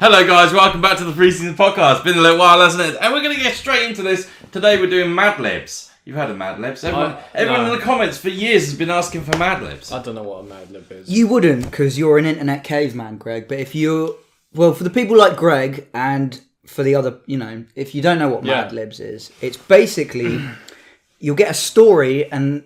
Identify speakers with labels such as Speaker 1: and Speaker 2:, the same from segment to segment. Speaker 1: Hello, guys. Welcome back to the Free Season Podcast. Been a little while, hasn't it? And we're going to get straight into this. Today, we're doing Mad Libs. You've heard of Mad Libs. Everyone,
Speaker 2: I-
Speaker 1: everyone
Speaker 2: no.
Speaker 1: in the comments for years has been asking for Mad Libs.
Speaker 2: I don't know what a Mad Lib is.
Speaker 3: You wouldn't, because you're an internet caveman, Greg. But if you're, well, for the people like Greg and for the other, you know, if you don't know what
Speaker 2: Yeah.
Speaker 3: Mad Libs is, it's basically you'll get a story and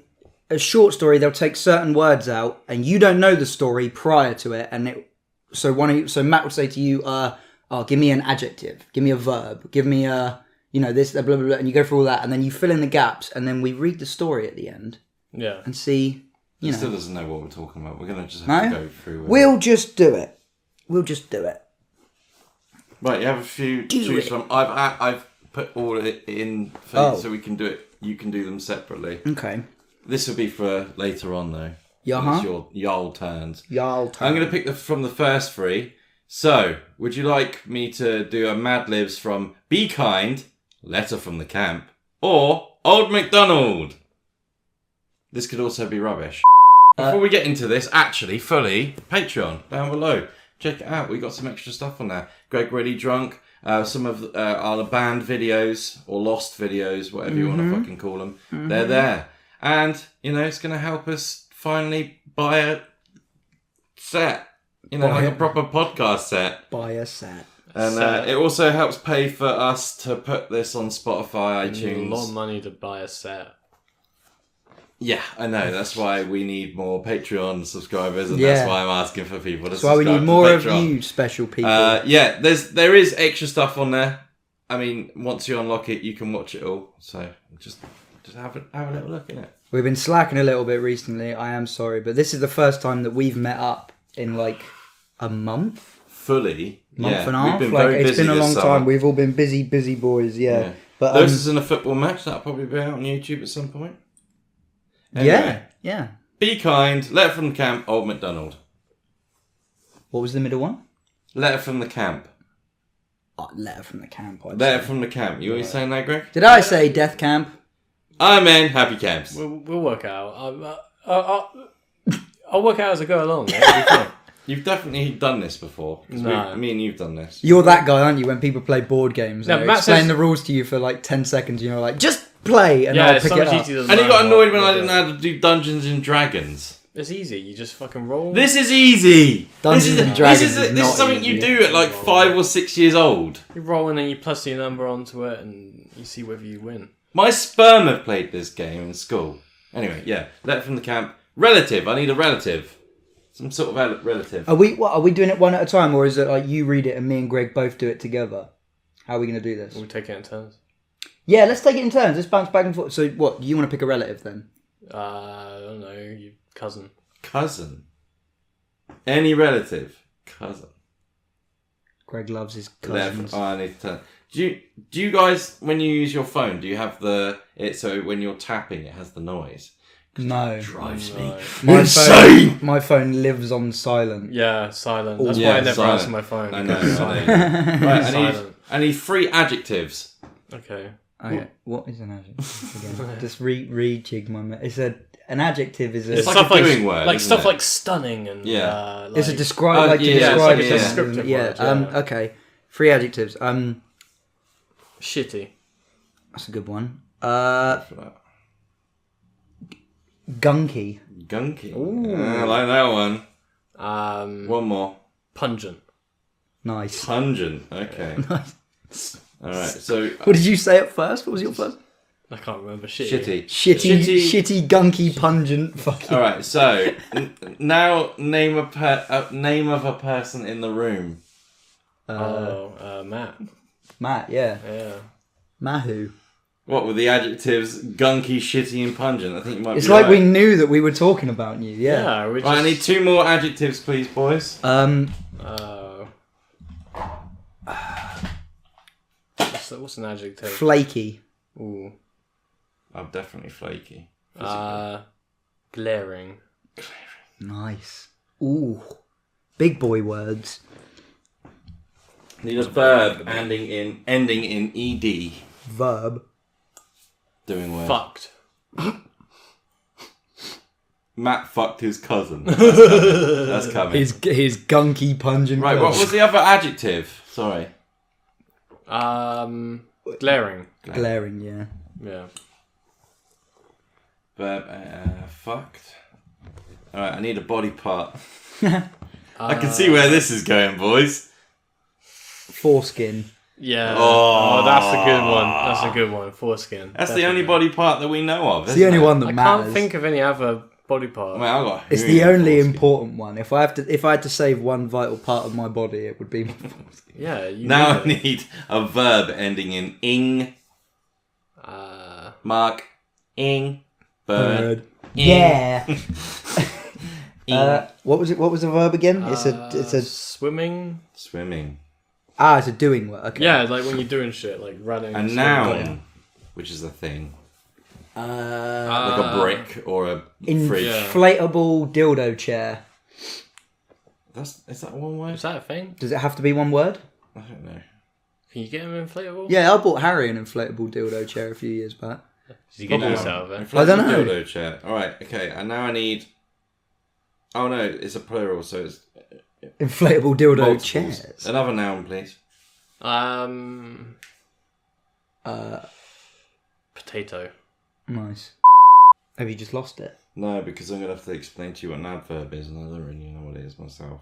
Speaker 3: a short story. They'll take certain words out, and you don't know the story prior to it. And it, so one of you, so Matt will say to you, uh, "Oh, give me an adjective, give me a verb, give me a." You know this, that, blah blah blah, and you go through all that, and then you fill in the gaps, and then we read the story at the end
Speaker 2: Yeah.
Speaker 3: and see
Speaker 1: He still doesn't know what we're talking about. We're going to just
Speaker 3: No?
Speaker 1: have to go through. it.
Speaker 3: We'll just do it. We'll just do it.
Speaker 1: Right, you have a few to choose
Speaker 3: it.
Speaker 1: from. I've I- I've put all it in for
Speaker 3: Oh.
Speaker 1: so we can do it. You can do them separately.
Speaker 3: Okay.
Speaker 1: This will be for later on though.
Speaker 3: Yeah,
Speaker 1: It's
Speaker 3: huh?
Speaker 1: your y'all turns.
Speaker 3: Y'all
Speaker 1: I'm
Speaker 3: time.
Speaker 1: going to pick the from the first three. So, would you like me to do a Mad Libs from Be Kind, Letter from the Camp, or Old MacDonald? This could also be rubbish. Before we get into this, actually, fully, Patreon down below. Check it out. We got some extra stuff on there. Greg Ready Drunk, uh, some of uh, our banned videos or lost videos, whatever you want to fucking call them. They're there. And, you know, it's going to help us finally buy a set, you know,
Speaker 3: Buy
Speaker 1: like a
Speaker 3: it.
Speaker 1: proper podcast set.
Speaker 3: Buy a set.
Speaker 1: And uh,
Speaker 2: Set.
Speaker 1: it also helps pay for us to put this on Spotify,
Speaker 2: You need a lot of
Speaker 1: iTunes.
Speaker 2: money to buy a set.
Speaker 1: Yeah, I know. That's why we need more Patreon subscribers, and
Speaker 3: Yeah.
Speaker 1: that's why I'm asking for people to
Speaker 3: That's why we
Speaker 1: subscribe
Speaker 3: need
Speaker 1: to
Speaker 3: more of
Speaker 1: Patreon.
Speaker 3: you, special people.
Speaker 1: Uh, yeah, there's there is extra stuff on there. I mean, once you unlock it, you can watch it all. So just just have a, have a little look in it.
Speaker 3: We've been slacking a little bit recently. I am sorry, but this is the first time that we've met up in like a month,
Speaker 1: Fully,
Speaker 3: month
Speaker 1: yeah,
Speaker 3: and a
Speaker 1: we've
Speaker 3: half.
Speaker 1: Been
Speaker 3: Like
Speaker 1: very
Speaker 3: it's
Speaker 1: busy
Speaker 3: been a
Speaker 1: this
Speaker 3: long
Speaker 1: summer.
Speaker 3: time. We've all been busy, busy boys. Yeah.
Speaker 1: Yeah.
Speaker 3: But um,
Speaker 1: Those is in a football match that'll probably be out on YouTube at some point.
Speaker 3: um, yeah, yeah.
Speaker 1: Be kind. Letter from the camp. Old MacDonald.
Speaker 3: What was the middle one?
Speaker 1: Letter from the camp.
Speaker 3: Oh, letter from the camp. I'd
Speaker 1: Letter
Speaker 3: say.
Speaker 1: from the camp. You always saying that, Greg?
Speaker 3: Did I say death camp?
Speaker 1: I'm in. Happy camps.
Speaker 2: We'll, we'll work out. I'm, uh, I, I, I'll work out as I go along. yeah, it'll be fine.
Speaker 1: You've definitely done this before. 'cause
Speaker 2: No.
Speaker 1: we- me and you've done this.
Speaker 3: You're that guy, aren't you? When people play board games,
Speaker 2: No,
Speaker 3: they
Speaker 2: Matt
Speaker 3: explain
Speaker 2: says-
Speaker 3: the rules to you for like ten seconds. You know, like just play, and
Speaker 2: yeah,
Speaker 3: I'll
Speaker 2: it's
Speaker 3: pick
Speaker 2: so
Speaker 3: it
Speaker 2: much
Speaker 3: up.
Speaker 2: easier than
Speaker 1: And he
Speaker 2: that.
Speaker 1: got annoyed when I didn't know how to do Dungeons and Dragons.
Speaker 2: It's easy. You just fucking roll.
Speaker 1: This is easy.
Speaker 3: Dungeons
Speaker 1: this is,
Speaker 3: and Dragons
Speaker 1: This is,
Speaker 3: is
Speaker 1: this is
Speaker 3: not
Speaker 1: something
Speaker 3: easy.
Speaker 1: you do at like five or six years old.
Speaker 2: You roll and then you plus your number onto it and you see whether you win.
Speaker 1: My sperm have played this game in school. Anyway, yeah. Letter from the camp. Relative. I need a relative. Some sort of rel- relative.
Speaker 3: Are we what, are we doing it one at a time, or is it like you read it and me and Greg both do it together? How are we going to do this?
Speaker 2: We'll take it in turns.
Speaker 3: Yeah, let's take it in turns. Let's bounce back and forth. So, what you want to pick a relative then?
Speaker 2: Uh, I don't know, your cousin.
Speaker 1: Cousin. Any relative. Cousin.
Speaker 3: Greg loves his
Speaker 1: Left.
Speaker 3: cousins.
Speaker 1: Oh, I need to turn. Do you do you guys when you use your phone? Do you have the it so when you're tapping it has the noise?
Speaker 3: no,
Speaker 1: Drives
Speaker 2: No.
Speaker 3: my
Speaker 1: insane!
Speaker 3: phone, my phone lives on silent.
Speaker 2: Yeah, silent. That's
Speaker 1: Yeah,
Speaker 2: why I never
Speaker 1: silent.
Speaker 2: answer my phone.
Speaker 1: I know.
Speaker 2: because
Speaker 1: I
Speaker 2: silent.
Speaker 1: know. right, I need
Speaker 2: Silent.
Speaker 1: I need three adjectives.
Speaker 2: Okay.
Speaker 3: Okay, what is an adjective? Again, just re rejig my. Me- it's a an adjective is a.
Speaker 1: It's
Speaker 3: It's,
Speaker 1: like a doing word,
Speaker 2: like
Speaker 1: isn't
Speaker 2: stuff
Speaker 1: it?
Speaker 2: like stunning and
Speaker 1: Yeah.
Speaker 2: Uh,
Speaker 3: a
Speaker 2: like-
Speaker 3: describe
Speaker 1: Oh,
Speaker 3: like
Speaker 1: yeah,
Speaker 3: to
Speaker 1: it's
Speaker 3: describe
Speaker 1: like a
Speaker 3: something.
Speaker 2: descriptive
Speaker 3: yeah.
Speaker 2: word,
Speaker 3: Um,
Speaker 2: yeah.
Speaker 3: okay, three adjectives. Um,
Speaker 2: shitty.
Speaker 3: that's a good one. Uh,
Speaker 1: For that.
Speaker 3: gunky.
Speaker 1: Gunky. Ah, I like that one.
Speaker 2: Um,
Speaker 1: One more.
Speaker 2: pungent.
Speaker 3: Nice.
Speaker 1: Pungent. Okay. All right. So
Speaker 3: What did you say at first? What was your first?
Speaker 2: I can't remember shitty.
Speaker 1: shitty.
Speaker 3: Shitty,
Speaker 1: Shitty.
Speaker 3: shitty, gunky, pungent. Fucking.
Speaker 1: All right. So n- now name a per- uh, name of a person in the room.
Speaker 2: Oh, uh, Matt.
Speaker 3: Matt, yeah.
Speaker 2: Yeah.
Speaker 3: Mahu.
Speaker 1: What were the adjectives? Gunky, shitty, and pungent. I think you might.
Speaker 3: It's
Speaker 1: be
Speaker 3: like we
Speaker 1: right.
Speaker 3: knew that we were talking about you, yeah.
Speaker 2: Yeah. We just,
Speaker 1: Right, I need two more adjectives, please, boys.
Speaker 3: Um,
Speaker 2: Uh, what's, what's an adjective?
Speaker 3: flaky.
Speaker 2: Ooh.
Speaker 1: I'm definitely flaky.
Speaker 2: Uh, glaring.
Speaker 3: Nice. Ooh. Big boy words.
Speaker 1: Need a verb ending in ending in E ed.
Speaker 3: Verb.
Speaker 1: Doing well.
Speaker 2: Fucked.
Speaker 1: Matt fucked his cousin. That's coming. That's coming.
Speaker 3: His his gunky pungent.
Speaker 1: right, what was the other adjective? Sorry.
Speaker 2: Um, glaring.
Speaker 3: glaring? Yeah.
Speaker 2: Yeah.
Speaker 1: Verb uh, fucked. All right, I need a body part. I can see where this is going, boys.
Speaker 3: Foreskin.
Speaker 2: Yeah.
Speaker 1: Oh.
Speaker 2: Oh, that's a good one. That's a good one. Foreskin.
Speaker 1: That's the only body part that we know of.
Speaker 3: It's the only one that
Speaker 2: I
Speaker 3: matters.
Speaker 2: can't think of any other body part.
Speaker 1: Man, I got
Speaker 3: it's
Speaker 1: hooey
Speaker 3: the only
Speaker 1: foreskin.
Speaker 3: important one. If I have to, if I had to save one vital part of my body, it would be my foreskin.
Speaker 2: yeah. You
Speaker 1: Now
Speaker 2: know
Speaker 1: I
Speaker 2: it.
Speaker 1: need a verb ending in ing.
Speaker 2: Uh,
Speaker 1: Mark. Ing. Bird.
Speaker 3: Bird. Yeah. uh, what was it? What was the verb again? It's
Speaker 2: Uh,
Speaker 3: a. It's a.
Speaker 2: swimming.
Speaker 1: Swimming.
Speaker 3: Ah, it's a doing word. Okay.
Speaker 2: Yeah, like when you're doing shit, like running.
Speaker 1: A
Speaker 2: swimming.
Speaker 1: noun, which is a thing,
Speaker 3: Uh,
Speaker 1: like a
Speaker 2: Uh,
Speaker 1: brick or a fridge.
Speaker 2: Yeah.
Speaker 3: inflatable dildo chair.
Speaker 1: That's is that one word?
Speaker 2: Is that a thing?
Speaker 3: Does it have to be one word?
Speaker 1: I don't know.
Speaker 2: Can you get him inflatable?
Speaker 3: Yeah, I bought Harry an inflatable dildo chair a few years back.
Speaker 2: Did you get
Speaker 1: Noun.
Speaker 2: yours out of it?
Speaker 1: Inflatable
Speaker 3: I don't know.
Speaker 1: Dildo chair. All right. Okay. And now I need. Oh no! It's a plural, so it's
Speaker 3: Inflatable dildo
Speaker 1: multiples.
Speaker 3: chairs.
Speaker 1: Another noun, please.
Speaker 2: Um,
Speaker 3: Uh,
Speaker 2: potato.
Speaker 3: nice. Have you just lost it?
Speaker 1: No, because I'm gonna have to explain to you what an adverb is, and I don't really know what it is myself.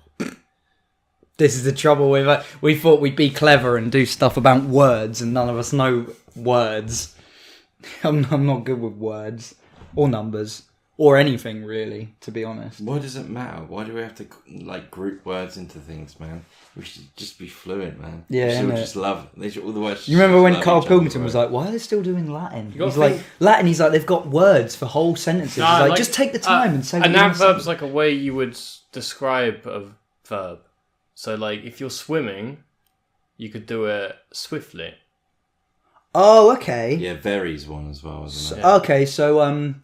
Speaker 3: This is the trouble with it. We thought we'd be clever and do stuff about words, and none of us know words. I'm, I'm not good with words or numbers or anything really, to be honest.
Speaker 1: Why does it matter? Why do we have to like group words into things, man? We should just be fluent, man.
Speaker 3: Yeah,
Speaker 1: we should all
Speaker 3: innit?
Speaker 1: just love. They should, all the words.
Speaker 3: You remember when Carl Pilkington was like, "Why are they still doing Latin?"
Speaker 2: gotta
Speaker 3: He's like,
Speaker 2: think-
Speaker 3: "Latin." He's like, "They've got words for whole sentences."
Speaker 2: Nah,
Speaker 3: He's like,
Speaker 2: like,
Speaker 3: "Just take the time
Speaker 2: uh,
Speaker 3: and say." what
Speaker 2: An
Speaker 3: you wanna say."
Speaker 2: adverb's like a way you would s- describe a verb. So, like, if you're swimming, you could do it swiftly.
Speaker 3: Oh, okay.
Speaker 1: Yeah, varies one as well, isn't it?
Speaker 3: Okay, so um,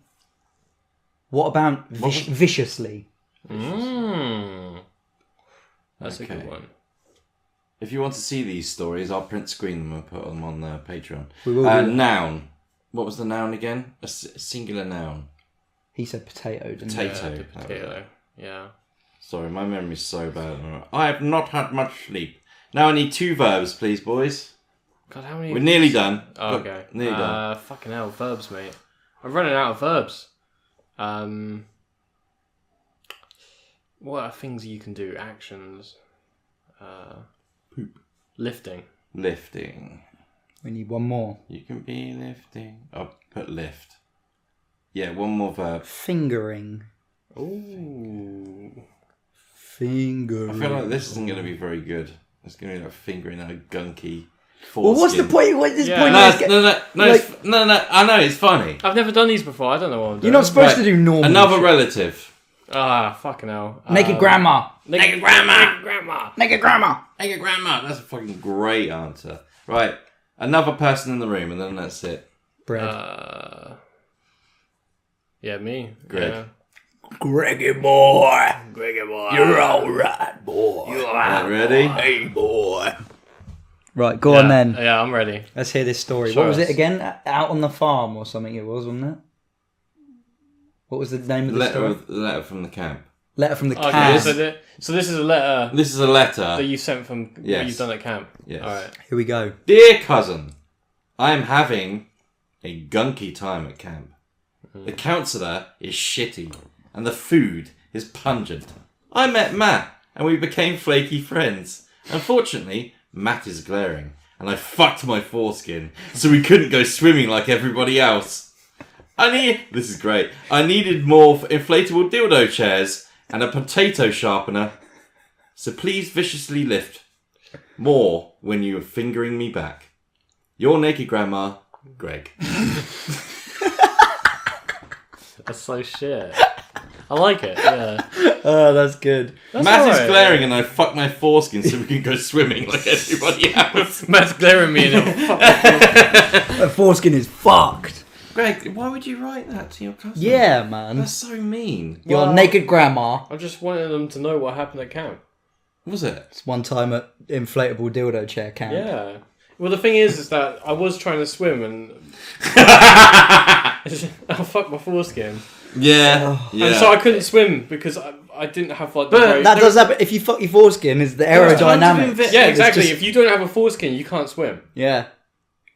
Speaker 3: what about vic- viciously?
Speaker 2: Mm. That's a
Speaker 1: Okay.
Speaker 2: good one.
Speaker 1: If you want to see these stories, I'll print screen them and put them on the Patreon.
Speaker 3: We will
Speaker 1: Uh,
Speaker 3: do.
Speaker 1: noun. What was the noun again? A s- singular noun.
Speaker 3: He said potato. Didn't he?
Speaker 1: Potato.
Speaker 2: Yeah, the
Speaker 1: That was it.
Speaker 2: potato. Yeah.
Speaker 1: Sorry, my memory's so bad. I have not had much sleep. Now I need two verbs, please, boys.
Speaker 2: God, how many?
Speaker 1: We're nearly done.
Speaker 2: Oh,
Speaker 1: Look,
Speaker 2: okay.
Speaker 1: Nearly done.
Speaker 2: Uh, fucking hell, verbs, mate. I'm running out of verbs. Um, what are things you can do? Actions. Uh, Lifting.
Speaker 1: Lifting.
Speaker 3: We need one more.
Speaker 1: You can be lifting. I'll put lift. Yeah, one more verb.
Speaker 3: Fingering.
Speaker 2: Ooh.
Speaker 3: Fingering.
Speaker 1: I feel like this isn't going to be very good. It's going to be like fingering a gunky.
Speaker 3: well, what's the
Speaker 1: foreskin.
Speaker 3: point? What is the
Speaker 2: Yeah.
Speaker 3: point?
Speaker 1: No,
Speaker 3: of
Speaker 1: it's, no, no, no, it's, no, no. I know it's funny.
Speaker 2: I've never done these before. I don't know what I'm doing.
Speaker 3: You're not supposed to
Speaker 1: Right, Uh,
Speaker 3: do normal.
Speaker 1: Another
Speaker 3: shit.
Speaker 1: relative.
Speaker 2: Ah, fucking hell.
Speaker 3: Make
Speaker 2: Um,
Speaker 3: it grandma.
Speaker 2: Naked grandma. grandma.
Speaker 3: Make it grandma.
Speaker 1: Hey, your grandma. That's a fucking great answer. Right. Another person in the room, and then that's it.
Speaker 3: Bread.
Speaker 2: Uh, yeah, me.
Speaker 1: Greg.
Speaker 2: Yeah.
Speaker 3: Greggy boy,
Speaker 2: Greggy boy.
Speaker 3: all right, boy.
Speaker 1: Right, ready?
Speaker 3: Hey, boy. Right, go on
Speaker 2: yeah.
Speaker 3: then.
Speaker 2: Yeah, I'm ready.
Speaker 3: Let's hear this story.
Speaker 2: Show
Speaker 3: what was
Speaker 2: us.
Speaker 3: it again? Out on the farm or something it was, wasn't it? What was the name of the
Speaker 1: Letter,
Speaker 3: story?
Speaker 1: with- letter from the camp.
Speaker 3: Letter from the
Speaker 2: Okay,
Speaker 3: cat.
Speaker 2: so, thi- so this is a letter
Speaker 1: This is a
Speaker 2: that
Speaker 1: letter.
Speaker 2: you sent from
Speaker 1: Yes.
Speaker 2: what you've done at camp.
Speaker 1: Yes.
Speaker 2: All right.
Speaker 3: Here we go.
Speaker 1: Dear cousin, I am having a gunky time at camp. The counsellor is shitty, and the food is pungent. I met Matt, and we became flaky friends. Unfortunately, Matt is glaring, and I fucked my foreskin, so we couldn't go swimming like everybody else. I need this is great. I needed more f- inflatable dildo chairs and a potato sharpener. So please viciously lift more when you are fingering me back. Your naked grandma, Greg.
Speaker 2: That's so shit. I like it. Yeah.
Speaker 3: Oh, that's good.
Speaker 2: That's
Speaker 1: Matt is
Speaker 2: alright.
Speaker 1: glaring and I fuck my foreskin so we can go swimming like everybody else.
Speaker 2: Matt's glaring me and he'll fuck-
Speaker 3: That foreskin is fucked.
Speaker 1: Greg, why would you write that to your cousin?
Speaker 3: Yeah, man.
Speaker 1: That's so mean.
Speaker 3: Your
Speaker 2: Well-
Speaker 3: naked grandma.
Speaker 2: I just wanted them to know what happened at camp.
Speaker 1: Was it?
Speaker 3: It's one time at inflatable dildo chair camp.
Speaker 2: Yeah. Well, the thing is, is that I was trying to swim and I fucked my foreskin.
Speaker 1: Yeah. yeah.
Speaker 2: And so I couldn't swim because I, I didn't have like the But very-
Speaker 3: That does happen. If you fuck your foreskin, is the
Speaker 1: There are tons of
Speaker 3: aerodynamics.
Speaker 1: inve-
Speaker 2: yeah
Speaker 3: It's
Speaker 2: exactly.
Speaker 3: just-
Speaker 2: If you don't have a foreskin, you can't swim.
Speaker 3: yeah.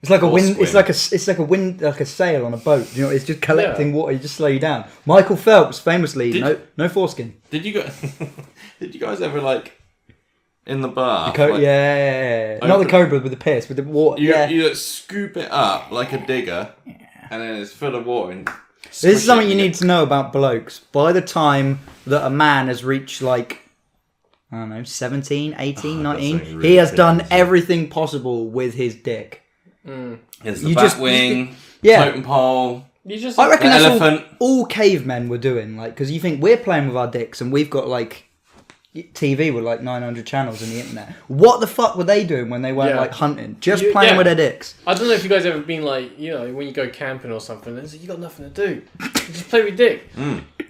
Speaker 3: It's like a
Speaker 1: Or
Speaker 3: wind.
Speaker 1: swim.
Speaker 3: It's like a. s- It's like a wind. Like a sail on a boat. You know, it's just collecting water. You just slow you down. Michael Phelps famously
Speaker 1: Did-
Speaker 3: no no foreskin.
Speaker 1: Did you guys? did you guys ever like in the bar?
Speaker 3: Co-
Speaker 1: like,
Speaker 3: yeah, yeah, yeah, yeah. not
Speaker 1: Open-
Speaker 3: the cobra with the piss, with the water.
Speaker 1: Oh, You,
Speaker 3: yeah,
Speaker 1: you like, scoop it up like a digger, and then it's full of water. And
Speaker 3: this is something you need to know about blokes. By the time that a man has reached like. I don't know, 17, 18,
Speaker 1: Ah, that
Speaker 3: 19.
Speaker 1: sounds
Speaker 3: he
Speaker 1: really
Speaker 3: has done
Speaker 1: ridiculous.
Speaker 3: everything possible with his dick.
Speaker 1: It's the
Speaker 3: you
Speaker 1: bat
Speaker 3: just-
Speaker 1: wing,
Speaker 3: yeah.
Speaker 1: totem pole.
Speaker 2: You just
Speaker 3: I reckon
Speaker 1: The
Speaker 3: that's
Speaker 1: elephant.
Speaker 3: all, all cavemen were doing, like, because you think we're playing with our dicks and we've got like TV with like 900 channels in the internet. What the fuck were they doing when they weren't
Speaker 2: Yeah.
Speaker 3: like hunting? Just
Speaker 2: You-
Speaker 3: playing
Speaker 2: yeah.
Speaker 3: with their dicks.
Speaker 2: I don't know if you guys ever been like you know when you go camping or something. It's like, you got nothing to do. You just play with dick.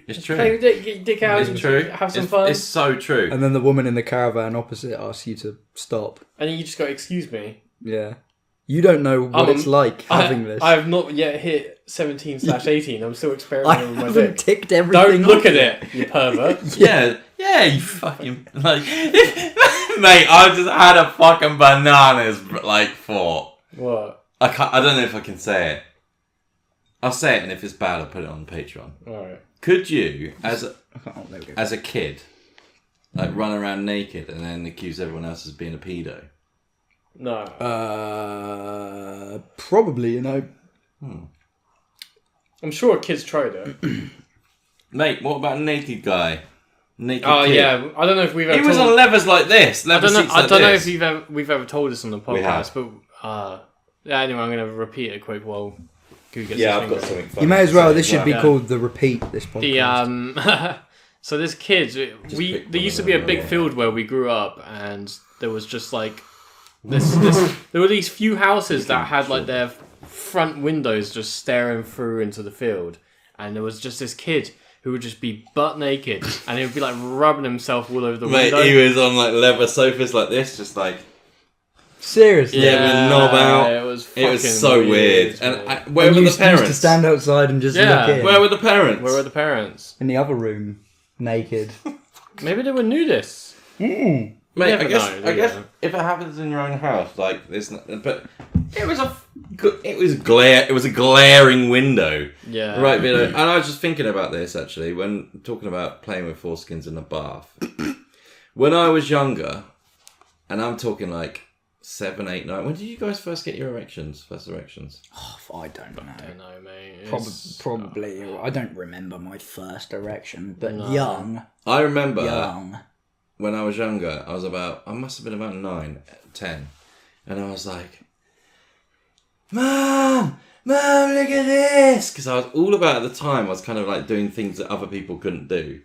Speaker 1: It's true.
Speaker 2: Play with dick. Get your dick out. and
Speaker 1: It's true.
Speaker 2: Have some
Speaker 1: it's,
Speaker 2: fun.
Speaker 1: It's so true.
Speaker 3: And then the woman in the caravan opposite asks you to stop.
Speaker 2: And then you just go, excuse me.
Speaker 3: Yeah. You don't know what
Speaker 2: Um,
Speaker 3: it's like having
Speaker 2: I,
Speaker 3: this.
Speaker 2: I have not yet hit 17 slash 18. I'm still
Speaker 3: I
Speaker 2: experimenting with my
Speaker 3: haven't
Speaker 2: dick.
Speaker 3: ticked
Speaker 2: Don't
Speaker 3: everything.
Speaker 2: look
Speaker 3: off.
Speaker 2: at it, you pervert.
Speaker 1: Yeah, yeah, you fucking like, mate. I just had a fucking bananas like thought.
Speaker 2: what?
Speaker 1: I can't, I don't know if I can say it. I'll say it, and if it's bad, I'll put it on Patreon.
Speaker 2: Alright.
Speaker 1: Could you, as a,
Speaker 3: Oh, there we go.
Speaker 1: as a kid, like run around naked and then accuse everyone else as being a pedo?
Speaker 2: No.
Speaker 3: Uh, probably, you know.
Speaker 2: I'm sure kids try that.
Speaker 1: Mate, what about a naked guy? Naked
Speaker 2: Oh,
Speaker 1: kid?
Speaker 2: yeah. I don't know if we've ever
Speaker 1: He was
Speaker 2: told-
Speaker 1: on levers like this.
Speaker 2: I
Speaker 1: Lever
Speaker 2: don't know,
Speaker 1: seats
Speaker 2: I
Speaker 1: like
Speaker 2: don't know
Speaker 1: this.
Speaker 2: if you've ever, we've ever told this on the
Speaker 1: have.
Speaker 2: podcast, but uh, yeah, anyway, I'm going to repeat it quick while Goo gets
Speaker 1: Yeah, I've
Speaker 2: his
Speaker 1: got
Speaker 2: finger.
Speaker 1: something.
Speaker 3: You may as well. This should be
Speaker 2: Yeah.
Speaker 3: called the repeat. This podcast.
Speaker 2: The um, so this kids we
Speaker 1: pick
Speaker 2: there
Speaker 1: one
Speaker 2: used to
Speaker 1: and
Speaker 2: be a
Speaker 1: then
Speaker 2: big
Speaker 1: another.
Speaker 2: field where we grew up, and there was just like this. this there were these few houses that had like their front windows just staring through into the field, and there was just this kid who would just be butt naked, and he would be like rubbing himself all over the
Speaker 1: Mate,
Speaker 2: window.
Speaker 1: he was on like leather sofas like this, just like
Speaker 3: Seriously.
Speaker 1: Yeah, with a knob out.
Speaker 2: It was
Speaker 1: it
Speaker 2: fucking
Speaker 1: was so weird.
Speaker 2: mate.
Speaker 1: And I, where
Speaker 3: And
Speaker 1: were the
Speaker 3: you used, used
Speaker 1: parents?
Speaker 3: to stand outside and just
Speaker 2: Yeah,
Speaker 3: look in.
Speaker 1: Where were the parents?
Speaker 2: where were the parents?
Speaker 3: in the other room, naked. Hmm.
Speaker 2: Maybe they were nudists.
Speaker 1: Mate,
Speaker 2: never
Speaker 1: I guess,
Speaker 2: know, do
Speaker 1: I
Speaker 2: you?
Speaker 1: guess if it happens in your own house, like there's, not, but it was a, f- gl- it was glare, it was a glaring window,
Speaker 2: Yeah.
Speaker 1: right? Below, and I was just thinking about this actually when talking about playing with foreskins in a bath. when I was younger, and I'm talking like seven, eight, nine. When did you guys first get your erections? First erections?
Speaker 3: Oh, I don't know.
Speaker 2: don't know, mate.
Speaker 3: Probably,
Speaker 2: It's-
Speaker 3: probably. I don't remember my first erection, but young,
Speaker 1: I remember
Speaker 3: young.
Speaker 1: when I was younger, I was about, I must have been about nine, ten. And I was like, Mom, Mom, look at this. Because I was all about, at the time, I was kind of like doing things that other people couldn't do.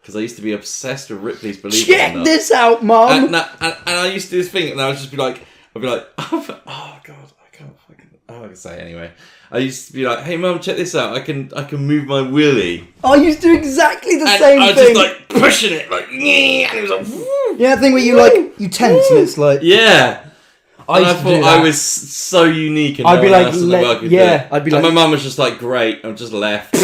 Speaker 1: Because I used to be obsessed with Ripley's Believe It or
Speaker 3: Check
Speaker 1: Not.
Speaker 3: this out, mum.
Speaker 1: And, and, and, and I used to do this thing, and I would just be like, I'd be like, oh, god, I can't fucking. Oh, I can say it anyway. I used to be like, hey mum, check this out. I can I can move my willy.
Speaker 3: I used to do exactly the
Speaker 1: And
Speaker 3: same
Speaker 1: I was
Speaker 3: thing.
Speaker 1: just like pushing it, like, yeah, and it was like, woo.
Speaker 3: yeah, the thing where you like you tense and it's like
Speaker 1: Yeah.
Speaker 3: I
Speaker 1: And I,
Speaker 3: used to
Speaker 1: thought
Speaker 3: do
Speaker 1: I
Speaker 3: that.
Speaker 1: was so unique, and
Speaker 3: I'd
Speaker 1: no
Speaker 3: be
Speaker 1: one
Speaker 3: like,
Speaker 1: else in the
Speaker 3: "Let-
Speaker 1: world could
Speaker 3: yeah,"
Speaker 1: do it.
Speaker 3: I'd be
Speaker 1: and
Speaker 3: like-
Speaker 1: my mum was just like, "Great," and just left.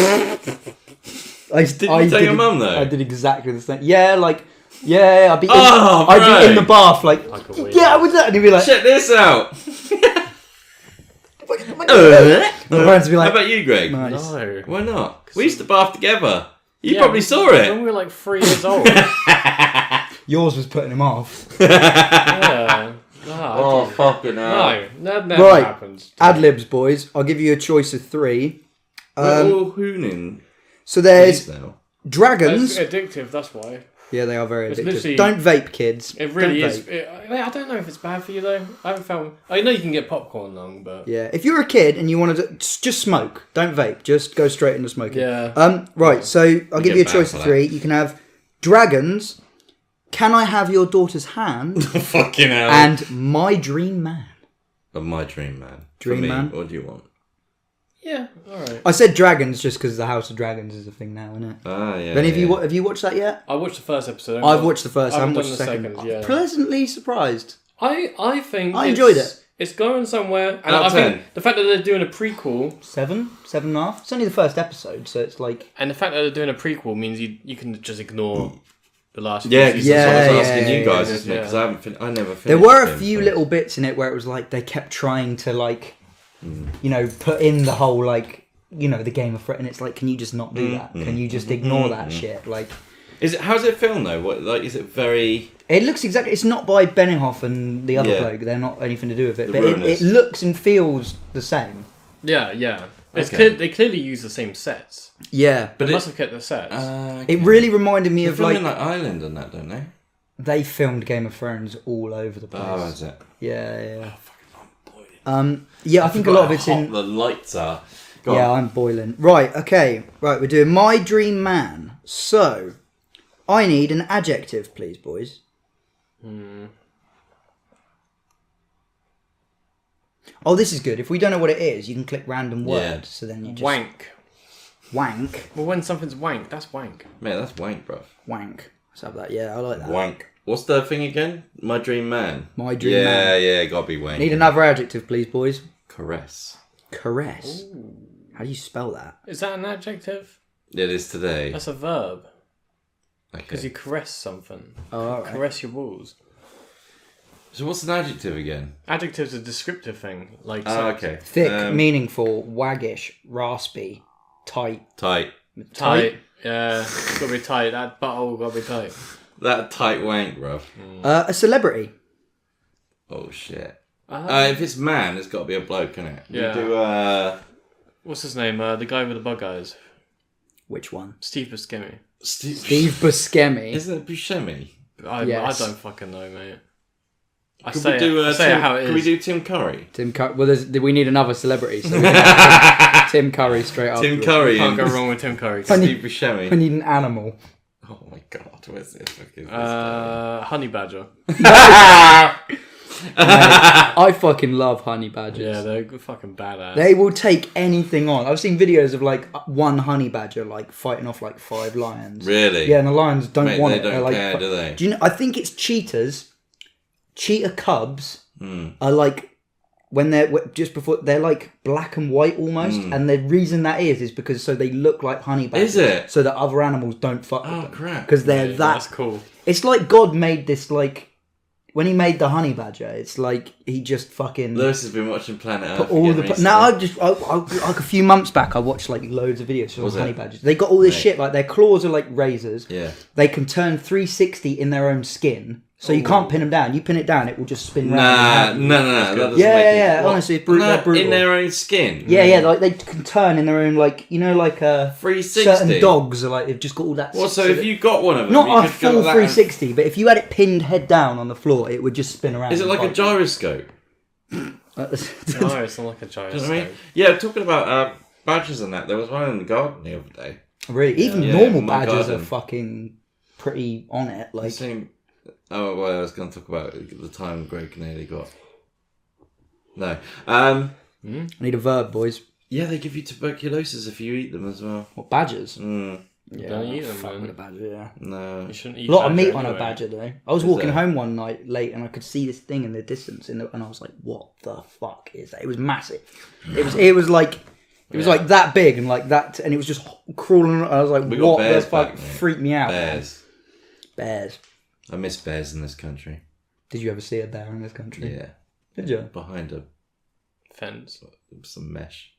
Speaker 3: I used
Speaker 1: Did
Speaker 3: I
Speaker 1: you tell
Speaker 3: did
Speaker 1: your
Speaker 3: e-
Speaker 1: mum, though?
Speaker 3: I did exactly the same. Yeah, like yeah, I'd be in,
Speaker 1: Oh,
Speaker 3: I'd be in
Speaker 1: right.
Speaker 3: the bath like
Speaker 2: Like a weirdo.
Speaker 3: yeah, I would that, and he'd be like,
Speaker 1: Check this out.
Speaker 3: my parents would be
Speaker 1: Uh-huh. How
Speaker 3: like,
Speaker 1: about you, Greg?
Speaker 3: nice.
Speaker 2: No.
Speaker 1: Why not? We used to bath together. You
Speaker 2: Yeah,
Speaker 1: probably
Speaker 2: we-
Speaker 1: saw
Speaker 2: When
Speaker 1: it.
Speaker 2: we were like three years old.
Speaker 3: Yours was putting him off.
Speaker 2: yeah. No,
Speaker 1: Oh fucking hell!
Speaker 2: no, that never
Speaker 3: Right.
Speaker 2: happens.
Speaker 3: Ad libs, boys. I'll give you a choice of three. Um,
Speaker 1: We're all hooning
Speaker 3: So there's
Speaker 1: these now.
Speaker 3: dragons.
Speaker 2: It's addictive, that's why.
Speaker 3: Yeah, they are very
Speaker 2: It's
Speaker 3: addictive.
Speaker 2: literally-
Speaker 3: Don't vape, kids.
Speaker 2: It really
Speaker 3: Don't
Speaker 2: is.
Speaker 3: vape.
Speaker 2: It, I I don't know if it's bad for you though. I haven't found. I know you can get popcorn lung, but
Speaker 3: Yeah, if you're a kid and you want to just smoke, don't vape. Just go straight into smoking.
Speaker 2: Yeah.
Speaker 3: Um. Right. So I'll give
Speaker 1: get
Speaker 3: you a
Speaker 1: banned
Speaker 3: choice
Speaker 1: for
Speaker 3: of
Speaker 1: that.
Speaker 3: three. You can have dragons. Can I have your daughter's hand?
Speaker 1: fucking hell!
Speaker 3: and my dream man.
Speaker 1: of my dream man. For
Speaker 3: Dream
Speaker 1: me,
Speaker 3: man?
Speaker 1: What do you want?
Speaker 2: yeah, all right.
Speaker 3: I said dragons just because the House of Dragons is a thing now, isn't it?
Speaker 1: Ah, yeah.
Speaker 3: Any of you
Speaker 1: yeah.
Speaker 3: wa- have you watched that yet?
Speaker 2: I watched the first episode.
Speaker 3: I've watched the first. I
Speaker 2: I
Speaker 3: haven't
Speaker 2: haven't
Speaker 3: watched the
Speaker 2: done the
Speaker 3: second.
Speaker 2: second, yeah.
Speaker 3: Pleasantly surprised.
Speaker 2: I I think
Speaker 3: I enjoyed
Speaker 2: it's- It's going somewhere. And
Speaker 1: Out
Speaker 2: I
Speaker 1: of
Speaker 2: think
Speaker 1: 10.
Speaker 2: the fact that they're doing a prequel
Speaker 3: Seven, seven and a half. It's only the first episode, so it's like
Speaker 2: and the fact that they're doing a prequel means you you can just ignore the last
Speaker 1: Yeah,
Speaker 2: few
Speaker 1: because
Speaker 2: seasons.
Speaker 1: that's what I
Speaker 3: yeah,
Speaker 1: was asking
Speaker 3: yeah,
Speaker 1: you guys,
Speaker 2: yeah,
Speaker 1: isn't it?
Speaker 2: yeah.
Speaker 1: Because I haven't, fin- I never finished.
Speaker 3: there were a
Speaker 1: them,
Speaker 3: few
Speaker 1: so-
Speaker 3: little bits in it where it was like they kept trying to like,
Speaker 1: Hmm.
Speaker 3: you know, put in the whole like, you know, the Game of Thrones, and it's like, can you just not
Speaker 1: Hmm.
Speaker 3: do that? Can you just ignore that shit? Like,
Speaker 1: Is it? How's it filmed though? What like is it very?
Speaker 3: It looks exactly. It's not by Benioff and the other
Speaker 1: Yeah.
Speaker 3: bloke. They're not anything to do with it.
Speaker 1: The
Speaker 3: but it,
Speaker 1: Ruiners.
Speaker 3: it looks and feels the same.
Speaker 2: Yeah, yeah. It's
Speaker 1: Okay.
Speaker 2: clear, they clearly use the same sets.
Speaker 3: Yeah, but
Speaker 1: But
Speaker 2: They must
Speaker 1: it,
Speaker 2: have kept the sets.
Speaker 1: uh,
Speaker 3: it really reminded me
Speaker 1: they're
Speaker 3: of like,
Speaker 1: filming, like Ireland and that, don't they?
Speaker 3: they filmed Game of Thrones all over the place.
Speaker 1: Oh, is it?
Speaker 3: yeah, yeah.
Speaker 1: boiling.
Speaker 3: Um, yeah, I think a lot of it's
Speaker 1: How
Speaker 3: in.
Speaker 1: hot The lights are. Go
Speaker 3: Yeah,
Speaker 1: on.
Speaker 3: I'm boiling. Right. Okay. Right. We're doing my dream man. So, I need an adjective, please, boys.
Speaker 1: Hmm.
Speaker 3: Oh, this is good. If we don't know what it is, you can click random word.
Speaker 1: Yeah.
Speaker 3: So then you just
Speaker 2: wank.
Speaker 3: wank.
Speaker 2: Well, when something's wank, that's wank.
Speaker 1: Man, that's wank, bruv.
Speaker 3: Wank. Let's have that. Yeah, I like that.
Speaker 1: Wank. What's the thing again? My dream man.
Speaker 3: My dream
Speaker 1: yeah,
Speaker 3: man.
Speaker 1: Yeah, yeah, gotta be wank.
Speaker 3: Need another adjective, please, boys.
Speaker 1: caress.
Speaker 3: Caress. How do you spell that?
Speaker 2: Is that an adjective?
Speaker 1: It is today.
Speaker 2: That's a verb.
Speaker 1: Okay.
Speaker 2: Because you caress something.
Speaker 3: Oh, all right.
Speaker 2: Caress your walls.
Speaker 1: So what's an adjective again?
Speaker 2: Adjectives are descriptive thing. Like
Speaker 1: Ah, okay.
Speaker 3: Thick,
Speaker 1: Um,
Speaker 3: meaningful, waggish, raspy, tight.
Speaker 1: tight.
Speaker 2: tight. Yeah, it's gotta be tight. That butthole gotta be tight.
Speaker 1: That tight wank, bruv.
Speaker 3: Uh, a celebrity.
Speaker 1: Oh shit.
Speaker 2: Ah.
Speaker 1: Uh, if it's man, it's got to be a bloke, can it?
Speaker 2: Yeah.
Speaker 1: You do, uh,
Speaker 2: What's his name? Uh, the guy with the bug eyes.
Speaker 3: Which one?
Speaker 2: Steve Buscemi.
Speaker 1: Steve.
Speaker 3: Steve Buscemi.
Speaker 1: Isn't it Buscemi?
Speaker 2: I,
Speaker 3: Yes.
Speaker 2: I don't fucking know, mate. I
Speaker 1: Could
Speaker 2: say,
Speaker 1: we do?
Speaker 2: it, I
Speaker 1: Uh,
Speaker 2: say
Speaker 1: Tim,
Speaker 2: it how it is.
Speaker 1: could we do Tim Curry?
Speaker 3: Tim Curry. Well, there's, we need another celebrity. So Tim Curry straight up.
Speaker 1: Tim Curry
Speaker 2: Can't
Speaker 1: and
Speaker 2: go wrong with Tim Curry.
Speaker 1: Steve
Speaker 3: I
Speaker 1: Buscemi.
Speaker 3: need an animal.
Speaker 1: Oh my god, where's this fucking?
Speaker 2: Uh, honey badger.
Speaker 3: Ah! I fucking love honey badgers.
Speaker 2: Yeah, they're fucking badass.
Speaker 3: They will take anything on. I've seen videos of like one honey badger like fighting off like five lions.
Speaker 1: really?
Speaker 3: Yeah, and the lions don't
Speaker 1: Mate,
Speaker 3: want
Speaker 1: they
Speaker 3: it.
Speaker 1: don't
Speaker 3: They're like,
Speaker 1: care,
Speaker 3: "Fuck
Speaker 1: do they?
Speaker 3: Do you know? I think it's cheetahs. Cheetah cubs are like when they're w- just before they're like black and white almost, and the reason that is is because so they look like honey badgers.
Speaker 1: Hmm. Is it?
Speaker 3: So that other animals don't fuck
Speaker 1: Oh,
Speaker 3: with them.
Speaker 1: crap.
Speaker 3: Because they're
Speaker 2: Yeah,
Speaker 3: that.
Speaker 2: That's cool.
Speaker 3: It's like God made this like when he made the honey badger. It's like he just fucking.
Speaker 1: Lewis has been watching Planet Earth.
Speaker 3: all
Speaker 1: again
Speaker 3: the
Speaker 1: recently.
Speaker 3: now, I just I, I, like a few months back, I watched like loads of videos from
Speaker 1: Was it?
Speaker 3: honey badgers. They got all this
Speaker 1: Right.
Speaker 3: shit like their claws are like razors,
Speaker 1: Yeah.
Speaker 3: they can turn 360 in their own skin. So you can't pin them down. You pin it down, it will just spin round.
Speaker 1: Nah,
Speaker 3: and
Speaker 1: no,
Speaker 3: round.
Speaker 1: no, no. That doesn't
Speaker 3: Yeah,
Speaker 1: make
Speaker 3: yeah,
Speaker 1: any-
Speaker 3: yeah,
Speaker 1: What?
Speaker 3: honestly, it's bru-
Speaker 1: No,
Speaker 3: they're brutal.
Speaker 1: In their own skin.
Speaker 3: Yeah, yeah, like they can turn in their own, like you know, like uh,
Speaker 1: 360?
Speaker 3: certain dogs are like they've just got all that.
Speaker 1: Well, so
Speaker 3: that-
Speaker 1: if you got one of them, you
Speaker 3: not a
Speaker 1: could go
Speaker 3: full
Speaker 1: like that
Speaker 3: 360, but if you had it pinned head down on the floor, it would just spin around.
Speaker 1: and- Is it
Speaker 3: and
Speaker 1: like a
Speaker 3: bite
Speaker 1: gyroscope?
Speaker 3: you.
Speaker 2: No, it's not like a giant.
Speaker 1: You know what I mean?
Speaker 2: snake.
Speaker 1: Yeah, talking about uh, badgers and that, there was one in the garden the other day.
Speaker 3: really, even
Speaker 1: Yeah,
Speaker 3: normal
Speaker 1: my
Speaker 3: badgers are
Speaker 1: garden.
Speaker 3: fucking pretty on it.
Speaker 1: The
Speaker 3: Like
Speaker 1: same. Oh, well, I was going to talk about the time Greg nearly got. No. Um.
Speaker 3: I need a verb, boys.
Speaker 1: Yeah, they give you tuberculosis if you eat them as well.
Speaker 3: What badgers?
Speaker 1: Mm,
Speaker 3: Yeah,
Speaker 2: Don't eat them,
Speaker 3: fuck
Speaker 2: man.
Speaker 3: with a badger. Yeah.
Speaker 1: no.
Speaker 2: You shouldn't eat
Speaker 3: A lot of
Speaker 2: badger
Speaker 3: meat on a
Speaker 2: anyway.
Speaker 3: badger though. I was
Speaker 1: Is
Speaker 3: walking
Speaker 1: there?
Speaker 3: home one night late and I could see this thing in the distance in the, and I was like, "What the fuck is that?" It was massive. It was it was like it was like that big and like that and it was just crawling. around. I was like,
Speaker 1: We got
Speaker 3: "What the
Speaker 1: bears
Speaker 3: fuck?"
Speaker 1: back, mate.
Speaker 3: Freaked me out.
Speaker 1: Bears.
Speaker 3: Bears.
Speaker 1: I miss bears in this country.
Speaker 3: Did you ever see a bear in this country?
Speaker 1: Yeah.
Speaker 3: Did you?
Speaker 1: Behind a,
Speaker 2: Fence.
Speaker 1: some mesh.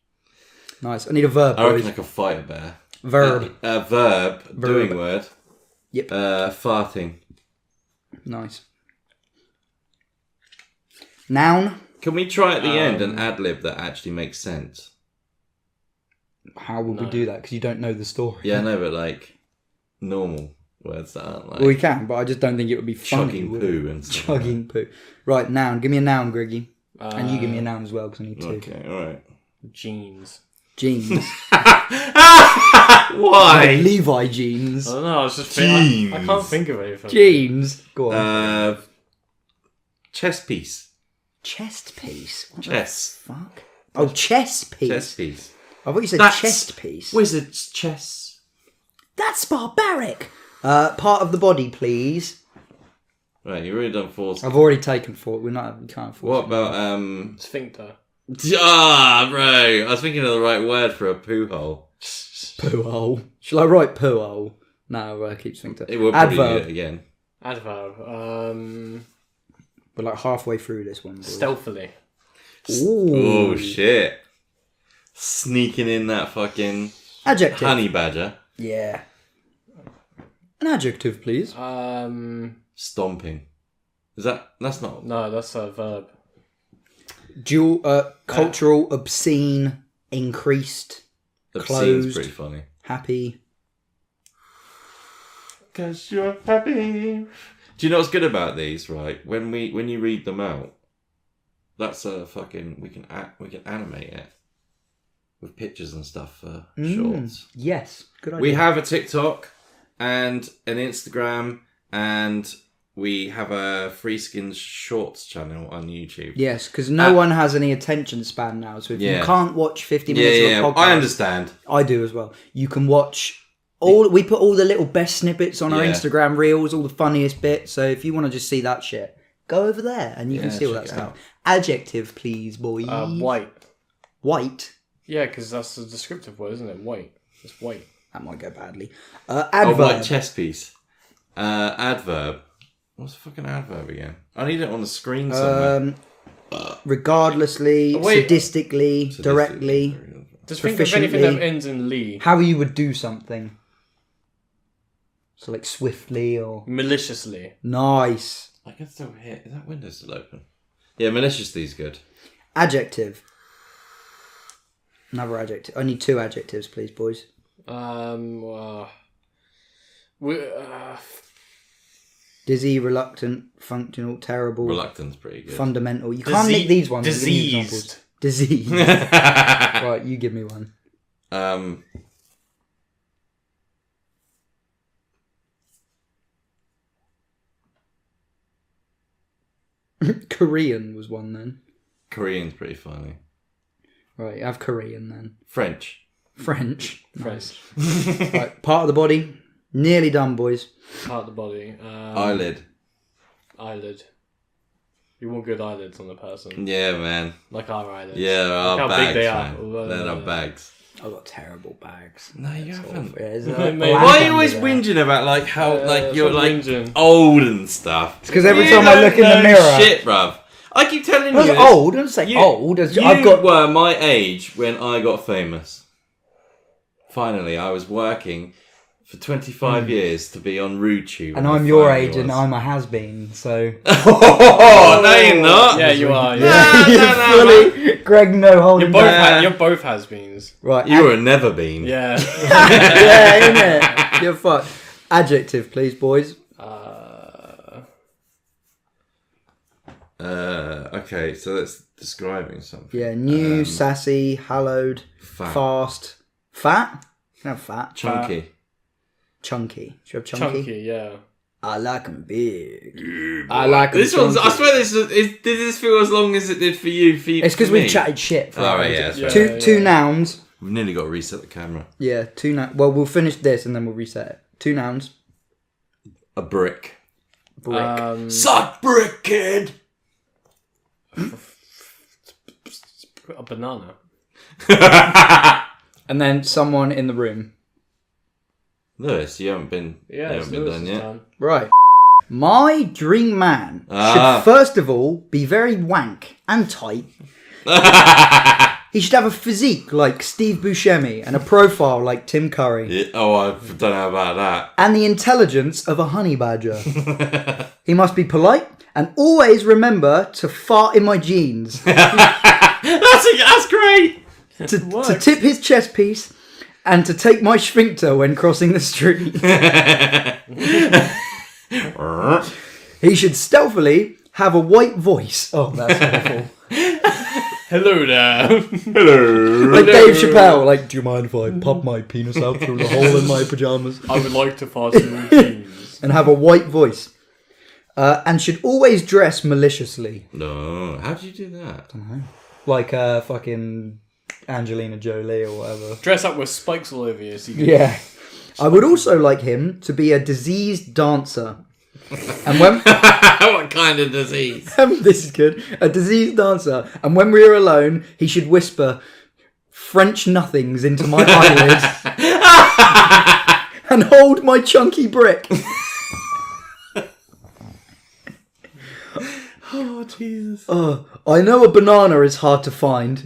Speaker 3: Nice. I need a verb.
Speaker 1: I reckon
Speaker 3: Boys.
Speaker 1: I could fight a bear.
Speaker 3: Verb.
Speaker 1: A verb, doing word.
Speaker 3: Yep.
Speaker 1: Uh, farting.
Speaker 3: Nice. Noun.
Speaker 1: Can we try at the
Speaker 3: Um.
Speaker 1: end an ad lib that actually makes sense?
Speaker 3: How would we
Speaker 2: No.
Speaker 3: do that? Because you don't know the story.
Speaker 1: Yeah, I know, but like normal words that aren't like
Speaker 3: Well, we can, but I just don't think it would be funny.
Speaker 1: chugging
Speaker 3: would it?
Speaker 1: poo and stuff.
Speaker 3: Chugging poo. Right, noun. Give me a noun, Griggy.
Speaker 2: Uh,
Speaker 3: And you give me a noun as well, because I need two.
Speaker 1: Okay, alright.
Speaker 2: jeans.
Speaker 3: Jeans. Oh,
Speaker 1: Why?
Speaker 3: Levi jeans.
Speaker 2: I
Speaker 1: Uh,
Speaker 2: don't know. I was just thinking, I, I can't
Speaker 1: Jeans.
Speaker 2: think of anything.
Speaker 3: Jeans. Go on.
Speaker 1: Uh, chess piece.
Speaker 3: chest piece. What
Speaker 1: Chess.
Speaker 3: the fuck? Oh, chest piece.
Speaker 1: Chess piece.
Speaker 3: I thought you said
Speaker 1: That's-
Speaker 3: chest piece.
Speaker 1: Wizard's chess.
Speaker 3: That's barbaric. Uh, part of the body, please.
Speaker 1: Right, you've already done four.
Speaker 3: I've already taken four. We're not. We can't afford.
Speaker 1: What about um?
Speaker 2: Sphincter.
Speaker 1: Ah, bro, I was thinking of the right word for a poo hole.
Speaker 3: poo hole? Shall I write poo hole? No, I keep thinking.
Speaker 1: It will probably do it
Speaker 3: Adverb.
Speaker 1: again.
Speaker 2: Adverb. Um,
Speaker 3: We're like halfway through this one. boys.
Speaker 2: stealthily.
Speaker 3: Ooh.
Speaker 1: Oh shit! Sneaking in that fucking
Speaker 3: Adjective.
Speaker 1: honey badger,
Speaker 3: Yeah. An adjective, please.
Speaker 2: Um,
Speaker 1: stomping. Is that? That's not.
Speaker 2: no, that's a verb.
Speaker 3: Dual, uh, cultural, obscene, increased,
Speaker 1: Obscene's
Speaker 3: Closed.
Speaker 1: pretty funny.
Speaker 3: happy.
Speaker 1: Cause you're happy. Do you know what's good about these? Right, when we when you read them out, that's a fucking we can act we can animate it with pictures and stuff for
Speaker 3: Mm.
Speaker 1: shorts.
Speaker 3: Hmm. Yes. Good idea.
Speaker 1: We have a TikTok and an Instagram, and we have a Freeskins Shorts channel on YouTube.
Speaker 3: yes, because no
Speaker 1: Uh,
Speaker 3: one has any attention span now. So if you
Speaker 1: Yeah.
Speaker 3: can't watch 50
Speaker 1: yeah,
Speaker 3: minutes
Speaker 1: yeah.
Speaker 3: of a podcast,
Speaker 1: I understand.
Speaker 3: I do as well. You can watch all. We put all the little best snippets on our
Speaker 1: Yeah.
Speaker 3: Instagram reels, all the funniest bits. So if you want to just see that shit, go over there and you can
Speaker 1: Yeah,
Speaker 3: see all
Speaker 1: check
Speaker 3: that
Speaker 1: it
Speaker 3: stuff. Adjective, please, boy.
Speaker 2: Uh, white.
Speaker 3: White.
Speaker 2: Yeah, because that's a descriptive word, isn't it? White. It's white.
Speaker 3: That might go badly. Uh,
Speaker 1: Oh,
Speaker 3: adverb.
Speaker 1: like chess piece. Uh, adverb. What's the fucking adverb again? I need it on the screen somewhere.
Speaker 3: um, regardlessly,
Speaker 2: Wait.
Speaker 3: sadistically, directly,
Speaker 2: Just think of anything
Speaker 3: Proficiently.
Speaker 2: that ends in lee.
Speaker 3: how you would do something. So like swiftly or
Speaker 2: Maliciously.
Speaker 3: nice
Speaker 1: I can still hear. Is that window still open? Yeah, maliciously's good.
Speaker 3: adjective. Another adjective. I need two adjectives, please, boys.
Speaker 2: Um, uh, we, uh,
Speaker 3: Dizzy, reluctant, functional, terrible,
Speaker 1: Reluctant's pretty good.
Speaker 3: fundamental. You can't
Speaker 2: Disea-
Speaker 3: nick these ones. Give me
Speaker 2: diseased.
Speaker 3: examples. Diseased. right, you give me one.
Speaker 1: um.
Speaker 3: Korean was one then.
Speaker 1: Korean's pretty funny.
Speaker 3: Right, I have Korean then.
Speaker 1: French.
Speaker 3: French.
Speaker 2: French.
Speaker 3: Right, part of the body. Nearly done, boys.
Speaker 2: Part of the body. Um,
Speaker 1: Eyelid.
Speaker 2: eyelid. You want good eyelids on the person,
Speaker 1: Yeah, man.
Speaker 2: like our eyelids.
Speaker 1: Yeah, there are
Speaker 2: how
Speaker 1: bags.
Speaker 2: big they are. Uh,
Speaker 1: man.
Speaker 2: Well,
Speaker 1: There are
Speaker 2: yeah.
Speaker 1: bags.
Speaker 3: I've got terrible bags.
Speaker 1: No, you haven't.
Speaker 2: Mate,
Speaker 1: Why are you always whinging about like
Speaker 2: uh,
Speaker 1: how like you're
Speaker 2: stop
Speaker 1: like
Speaker 2: whinging.
Speaker 1: old and stuff? It's
Speaker 3: 'cause every
Speaker 1: you
Speaker 3: time I
Speaker 1: don't
Speaker 3: look in
Speaker 1: know
Speaker 3: the mirror-
Speaker 1: shit, bruv. I keep telling
Speaker 3: I was
Speaker 1: you, this.
Speaker 3: old. I didn't say
Speaker 1: You-
Speaker 3: old. It's-
Speaker 1: You
Speaker 3: Oh, I've got.
Speaker 1: were my age when I got famous. Finally, I was working for 25 years to be on RudeTube.
Speaker 3: Hmm. And
Speaker 1: I
Speaker 3: I'm your
Speaker 1: finally
Speaker 3: age, and
Speaker 1: was.
Speaker 3: I'm a has been. So
Speaker 1: Oh, no, you're not.
Speaker 2: Yeah, you are. Yeah.
Speaker 1: No, no,
Speaker 3: You're
Speaker 1: no,
Speaker 3: fully- Greg, no holding
Speaker 2: You're both.
Speaker 3: back.
Speaker 2: Ha- you're both has-beens.
Speaker 3: Right,
Speaker 1: You were a never been.
Speaker 2: Yeah.
Speaker 3: ad- yeah, innit? You're fucked. Adjective, please, boys.
Speaker 2: uh,
Speaker 1: Uh, okay, so that's describing something.
Speaker 3: Yeah, new, sassy, hallowed,
Speaker 1: Um, Fat.
Speaker 3: fast, fat. No fat,
Speaker 1: Chunky.
Speaker 3: chunky. Should we have chunky?
Speaker 2: chunky. Yeah.
Speaker 3: I like 'em big. I like 'em
Speaker 1: This one's. I
Speaker 3: Uh, chunky.
Speaker 1: swear this was, is, did this feel as long as it did for you? For,
Speaker 3: It's because we've chatted shit for
Speaker 1: All right,
Speaker 3: ages.
Speaker 1: yeah, that's right.
Speaker 3: two
Speaker 2: Yeah,
Speaker 3: two
Speaker 2: yeah.
Speaker 3: nouns.
Speaker 1: We've nearly got to reset the camera.
Speaker 3: Yeah, two nouns. Well, we'll finish this and then we'll reset it. Two nouns.
Speaker 1: A brick.
Speaker 3: Brick.
Speaker 1: Ah.
Speaker 2: Um,
Speaker 1: Suck brick, kid.
Speaker 2: a banana.
Speaker 3: and then someone in the room.
Speaker 1: Lewis, you haven't been.
Speaker 2: Yeah.
Speaker 1: you
Speaker 2: it's
Speaker 1: haven't been
Speaker 2: Lewis's
Speaker 1: done yet.
Speaker 2: turn.
Speaker 3: Right. My dream man
Speaker 1: Ah.
Speaker 3: should first of all be very wank and tight. he should have a physique like Steve Buscemi and a profile like Tim Curry.
Speaker 1: Yeah, oh, I don't know about that.
Speaker 3: and the intelligence of a honey badger. he must be polite and always remember to fart in my jeans,
Speaker 1: That's that's great.
Speaker 3: to, to tip his chest piece, and to take my sphincter when crossing the street. he should stealthily have a white voice. Oh, that's awful.
Speaker 2: Hello there.
Speaker 1: Hello.
Speaker 3: like Dave Chappelle, like, do you mind if I pop my penis out through the hole in my pajamas?
Speaker 2: I would like to fast your jeans.
Speaker 3: And have a white voice. Uh, and should always dress maliciously.
Speaker 1: No, how do you do that?
Speaker 3: like uh fucking Angelina Jolie or whatever.
Speaker 2: Dress up with spikes all over you. So you can
Speaker 3: Yeah. I would also like him to be a diseased dancer And when
Speaker 1: what kind of disease?
Speaker 3: Um, this is good, a diseased dancer. And when we are alone, he should whisper French nothings into my eyelids and hold my chunky brick.
Speaker 1: Oh Jesus!
Speaker 3: Oh, I know a banana is hard to find.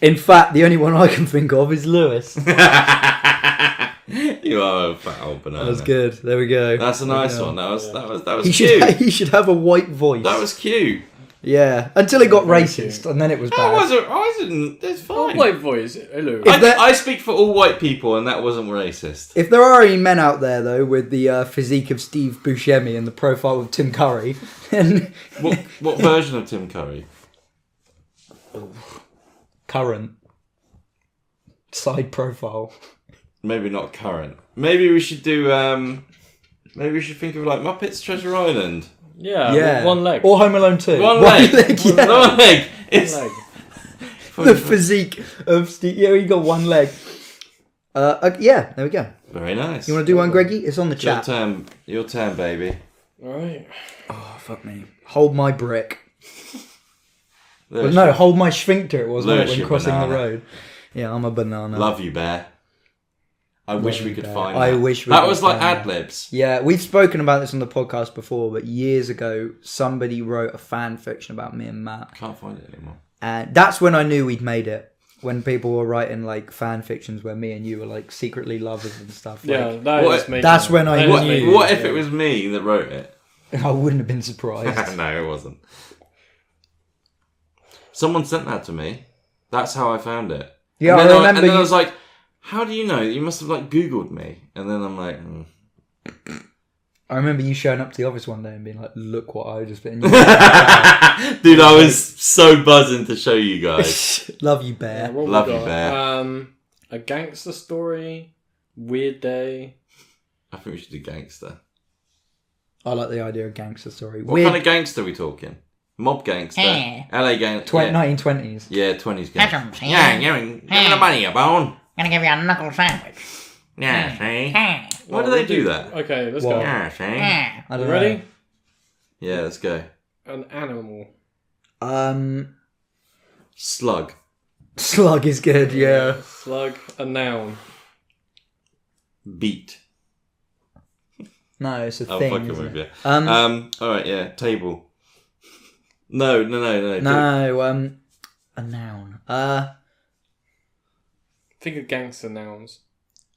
Speaker 3: In fact, the only one I can think of is Lewis. That
Speaker 1: You are a fat old banana.
Speaker 3: was good. There we go.
Speaker 1: That's a nice one. That was that was that was
Speaker 3: he
Speaker 1: cute.
Speaker 3: should, he should have a white voice.
Speaker 1: That was cute.
Speaker 3: yeah, until it got racist,
Speaker 2: cute.
Speaker 3: and then it was
Speaker 1: That
Speaker 3: bad.
Speaker 1: wasn't. I wasn't. It's fine.
Speaker 2: White Oh, voice. Hello.
Speaker 1: I,
Speaker 3: Is there-
Speaker 1: I speak for all white people, and that wasn't racist.
Speaker 3: If there are any men out there though with the uh, physique of Steve Buscemi and the profile of Tim Curry, then
Speaker 1: What what version of Tim Curry?
Speaker 3: current side profile.
Speaker 1: Maybe not current. Maybe we should do. um Maybe we should think of like Muppets Treasure Island.
Speaker 2: Yeah.
Speaker 3: yeah,
Speaker 2: One leg.
Speaker 3: or Home Alone two.
Speaker 1: One leg.
Speaker 3: yeah.
Speaker 1: One leg. It's
Speaker 2: One leg.
Speaker 3: the physique of Steve. Yeah, he got one leg. Uh, uh, yeah, there we go.
Speaker 1: very nice.
Speaker 3: You want to do one, Greggy? It's on the
Speaker 1: your
Speaker 3: chat.
Speaker 1: turn. Your turn, baby.
Speaker 2: All right.
Speaker 3: Oh, fuck me. Hold my brick.
Speaker 1: Lewis,
Speaker 3: no, hold my sphincter. It was wasn't it,
Speaker 1: Lewis,
Speaker 3: when
Speaker 1: you
Speaker 3: crossing the
Speaker 1: banana.
Speaker 3: road. Yeah, I'm a banana.
Speaker 1: love you, bear. I wish we could
Speaker 3: Bear.
Speaker 1: find.
Speaker 3: I
Speaker 1: that.
Speaker 3: wish we
Speaker 1: that
Speaker 3: could
Speaker 1: was like
Speaker 3: find
Speaker 1: ad libs.
Speaker 3: Yeah, we've spoken about this on the podcast before, but years ago, somebody wrote a fan fiction about me and Matt,
Speaker 1: Can't find it anymore.
Speaker 3: and that's when I knew we'd made it. When people were writing like fan fictions where me and you were like secretly lovers and stuff. Like,
Speaker 2: Yeah. That
Speaker 1: What-
Speaker 2: is major.
Speaker 3: That's when I
Speaker 2: That is
Speaker 1: What,
Speaker 2: major,
Speaker 1: what if
Speaker 2: yeah.
Speaker 1: it was me that wrote it?
Speaker 3: I wouldn't have been surprised.
Speaker 1: no, it wasn't. Someone sent that to me. That's how I found it.
Speaker 3: Yeah,
Speaker 1: and
Speaker 3: I
Speaker 1: then
Speaker 3: remember.
Speaker 1: and then
Speaker 3: you,
Speaker 1: I was like, "How do you know? You must have like Googled me." And then I'm like, mm.
Speaker 3: I remember you showing up to the office one day and being like, "Look what I just been." You-
Speaker 1: "Dude, I was so buzzing to show you guys."
Speaker 3: Love you,
Speaker 2: Yeah,
Speaker 3: bear.
Speaker 2: what we
Speaker 1: Love you,
Speaker 2: got?
Speaker 1: Bear.
Speaker 2: Um, a gangster story. Weird day.
Speaker 1: I think we should do gangster.
Speaker 3: I like the idea of gangster story.
Speaker 1: What
Speaker 3: Weird.
Speaker 1: kind of gangster are we talking? Mob gangster,
Speaker 4: Eh.
Speaker 1: LA gangster,
Speaker 3: twen- 1920s.
Speaker 1: yeah, twenties
Speaker 4: That's
Speaker 1: gangster.
Speaker 4: what I'm saying.
Speaker 1: Yeah, yeah, give me the
Speaker 4: Eh.
Speaker 1: money, you bone.
Speaker 4: Gonna give you a knuckle sandwich.
Speaker 1: Yeah, see.
Speaker 4: Eh,
Speaker 1: Why
Speaker 2: Well,
Speaker 1: do
Speaker 2: we
Speaker 1: they do that?
Speaker 2: Okay, let's
Speaker 3: Well-
Speaker 2: go.
Speaker 1: Yeah, see.
Speaker 4: eh.
Speaker 3: I
Speaker 2: You
Speaker 3: don't
Speaker 2: ready?
Speaker 3: know.
Speaker 1: Yeah, let's go.
Speaker 2: An animal.
Speaker 3: Um,
Speaker 1: Slug.
Speaker 3: slug is good. Yeah.
Speaker 2: Slug. A noun.
Speaker 1: Beat.
Speaker 3: No, it's a
Speaker 1: I'm
Speaker 3: thing.
Speaker 1: fucking
Speaker 3: isn't
Speaker 1: with
Speaker 3: it?
Speaker 1: you.
Speaker 3: Um,
Speaker 1: Um. All right. Yeah. Table. No. No. No. No.
Speaker 3: No, um, a noun. Uh,
Speaker 2: Think of gangster nouns.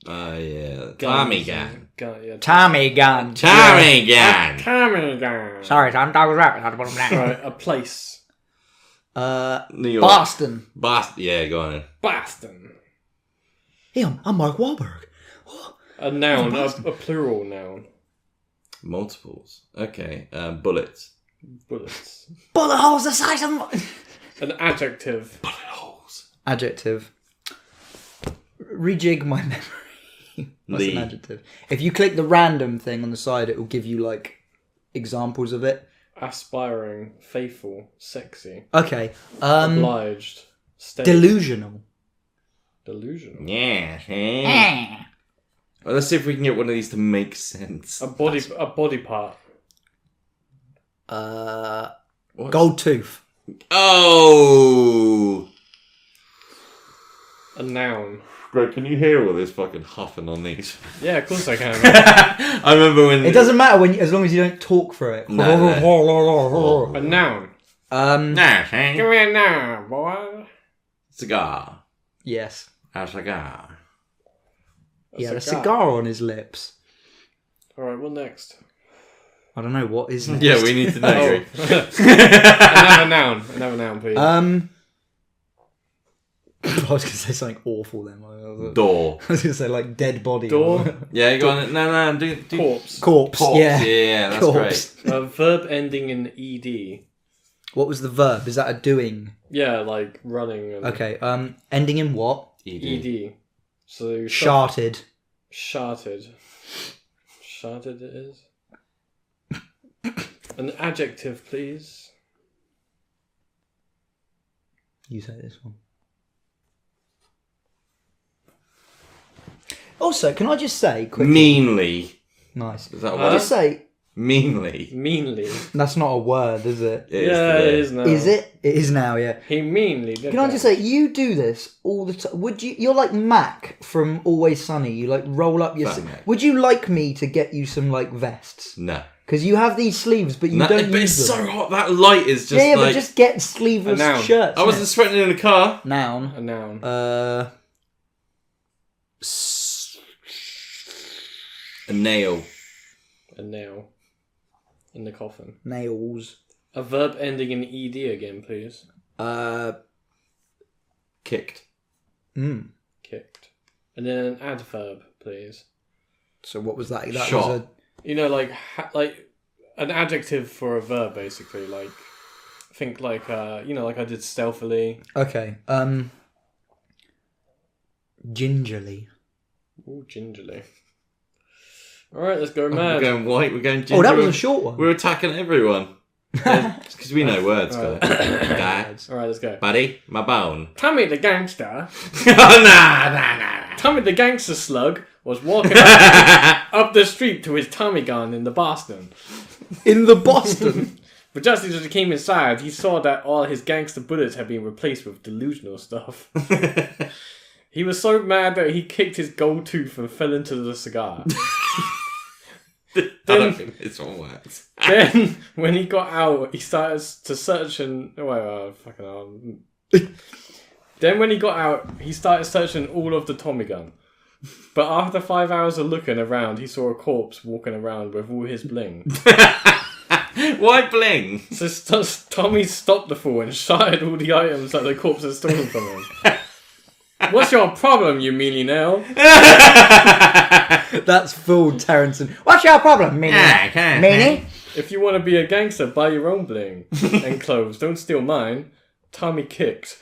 Speaker 1: Oh yeah.
Speaker 2: Tommy
Speaker 1: Tommy gun.
Speaker 2: Gun. Yeah.
Speaker 3: Tommy gun.
Speaker 1: Tommy gun.
Speaker 2: Tommy gun.
Speaker 3: Sorry, Tom, I was right. I had to put him down.
Speaker 2: Right. A place.
Speaker 3: Uh,
Speaker 1: New York.
Speaker 3: Boston.
Speaker 1: Boston. Yeah. Go on. Then.
Speaker 2: Boston.
Speaker 3: Hey, I'm, I'm Mark Wahlberg.
Speaker 2: A noun. A, a plural noun.
Speaker 1: Multiples. Okay. Um, bullets.
Speaker 2: Bullets.
Speaker 3: Bullet holes the size of my...
Speaker 2: An adjective.
Speaker 1: Holes.
Speaker 3: Adjective. Rejig my memory. What's an
Speaker 1: Lee.
Speaker 3: adjective? If you click the random thing on the side, it will give you, like, examples of it.
Speaker 2: Aspiring. Faithful. Sexy.
Speaker 3: Okay. Um,
Speaker 2: Obliged. Stay.
Speaker 3: delusional.
Speaker 2: delusional.
Speaker 1: Yeah. see?
Speaker 4: Eh.
Speaker 1: Well, let's see if we can get one of these to make sense.
Speaker 2: A body. A body part.
Speaker 3: Uh,
Speaker 1: What?
Speaker 3: gold tooth.
Speaker 1: Oh.
Speaker 2: A noun.
Speaker 1: Greg, can you hear all this fucking huffing on these?
Speaker 2: Yeah, of course I can.
Speaker 1: I remember when
Speaker 3: It doesn't matter when, as long as you don't talk through it.
Speaker 1: No,
Speaker 2: a noun.
Speaker 3: Um,
Speaker 1: Nah, see?
Speaker 2: Give me a noun, boy.
Speaker 1: cigar.
Speaker 3: yes.
Speaker 1: A cigar.
Speaker 2: A
Speaker 3: He had a
Speaker 2: cigar.
Speaker 3: cigar on his lips.
Speaker 2: All right, what next?
Speaker 3: I don't know what is next.
Speaker 1: Yeah, we need to know. Greg.
Speaker 2: Another noun. Another noun, please.
Speaker 3: Um, I was gonna say something awful then. I was,
Speaker 1: Oh. Door.
Speaker 3: I was gonna say like dead body,
Speaker 2: Door.
Speaker 1: Yeah, go on. No, no, do, do
Speaker 2: Corpse.
Speaker 3: corpse.
Speaker 1: Corpse.
Speaker 3: Yeah,
Speaker 1: yeah, that's great.
Speaker 3: corpse.
Speaker 2: a verb ending in E ed.
Speaker 3: What was the verb? Is that a doing?
Speaker 2: Yeah, like running. And
Speaker 3: Okay. Um, ending in what?
Speaker 1: ED.
Speaker 2: Ed. So shot.
Speaker 3: Sharted.
Speaker 2: Sharted. Sharted it is. An adjective, please.
Speaker 3: You say this one. Also, can I just say quick?
Speaker 1: Meanly.
Speaker 3: Nice. Can
Speaker 1: Is that
Speaker 3: I
Speaker 1: what
Speaker 2: Uh,
Speaker 1: it is?
Speaker 3: just say
Speaker 1: meanly.
Speaker 2: Meanly.
Speaker 3: That's not a word, is it?
Speaker 1: It is
Speaker 2: yeah, it
Speaker 1: today.
Speaker 2: is now.
Speaker 3: Is it? It is now, yeah.
Speaker 2: He meanly did
Speaker 3: Can I just say, you do this all the time. Would you? You're like Mac from Always Sunny. You like roll up your.
Speaker 1: Fat
Speaker 3: s-
Speaker 1: Mac.
Speaker 3: Would you like me to get you some like vests?
Speaker 1: No.
Speaker 3: Because you have these sleeves, but you
Speaker 1: No,
Speaker 3: don't
Speaker 1: but it's
Speaker 3: use them.
Speaker 1: so hot. That light is just
Speaker 3: yeah, yeah,
Speaker 1: like.
Speaker 3: but just get sleeveless
Speaker 2: A noun.
Speaker 3: shirts.
Speaker 1: I wasn't sweating in the car.
Speaker 3: innit? noun.
Speaker 2: A noun.
Speaker 3: Uh,
Speaker 1: A nail.
Speaker 2: A nail. In the coffin.
Speaker 3: nails.
Speaker 2: A verb ending in ed again, please.
Speaker 3: Uh,
Speaker 1: Kicked.
Speaker 3: mm.
Speaker 2: Kicked. And then an adverb, please.
Speaker 3: So what was that? That
Speaker 1: Shot.
Speaker 3: was a
Speaker 2: You know, like ha- like an adjective for a verb, basically. Like think like uh, you know, like I did stealthily.
Speaker 3: Okay. Um. Gingerly.
Speaker 2: Ooh, gingerly. All right, let's go
Speaker 1: We're
Speaker 2: mad.
Speaker 1: going white. We're going ginger.
Speaker 3: Oh, that was a short one.
Speaker 1: We're attacking everyone. Because we know words, guys.
Speaker 2: Alright.
Speaker 1: Guys.
Speaker 2: All right, let's go.
Speaker 1: Buddy, my bone.
Speaker 2: Tommy the gangster,
Speaker 1: nah, nah, nah.
Speaker 2: Tommy the gangster slug was walking up,
Speaker 1: nah.
Speaker 2: up the street to his Tommy gun in the Boston.
Speaker 3: In the Boston.
Speaker 2: But just as he came inside, he saw that all his gangster bullets had been replaced with delusional stuff. He was so mad that he kicked his gold tooth and fell into the cigar.
Speaker 1: I don't think this one works.
Speaker 2: then, when he got out, he started to search and. Oh, wait, oh, fucking hell. then, when he got out, he started searching all of the Tommy gun. But after five hours of looking around, he saw a corpse walking around with all his bling.
Speaker 1: Why bling?
Speaker 2: So st- Tommy stopped the fool and shouted all the items that the corpse had stolen from him. What's your problem, you mealy nail?
Speaker 3: That's full Terrence. and- What's your problem, Minnie?
Speaker 1: Ah, okay.
Speaker 3: Minnie?
Speaker 2: If you want to be a gangster, buy your own bling and clothes. Don't steal mine. Tommy kicked.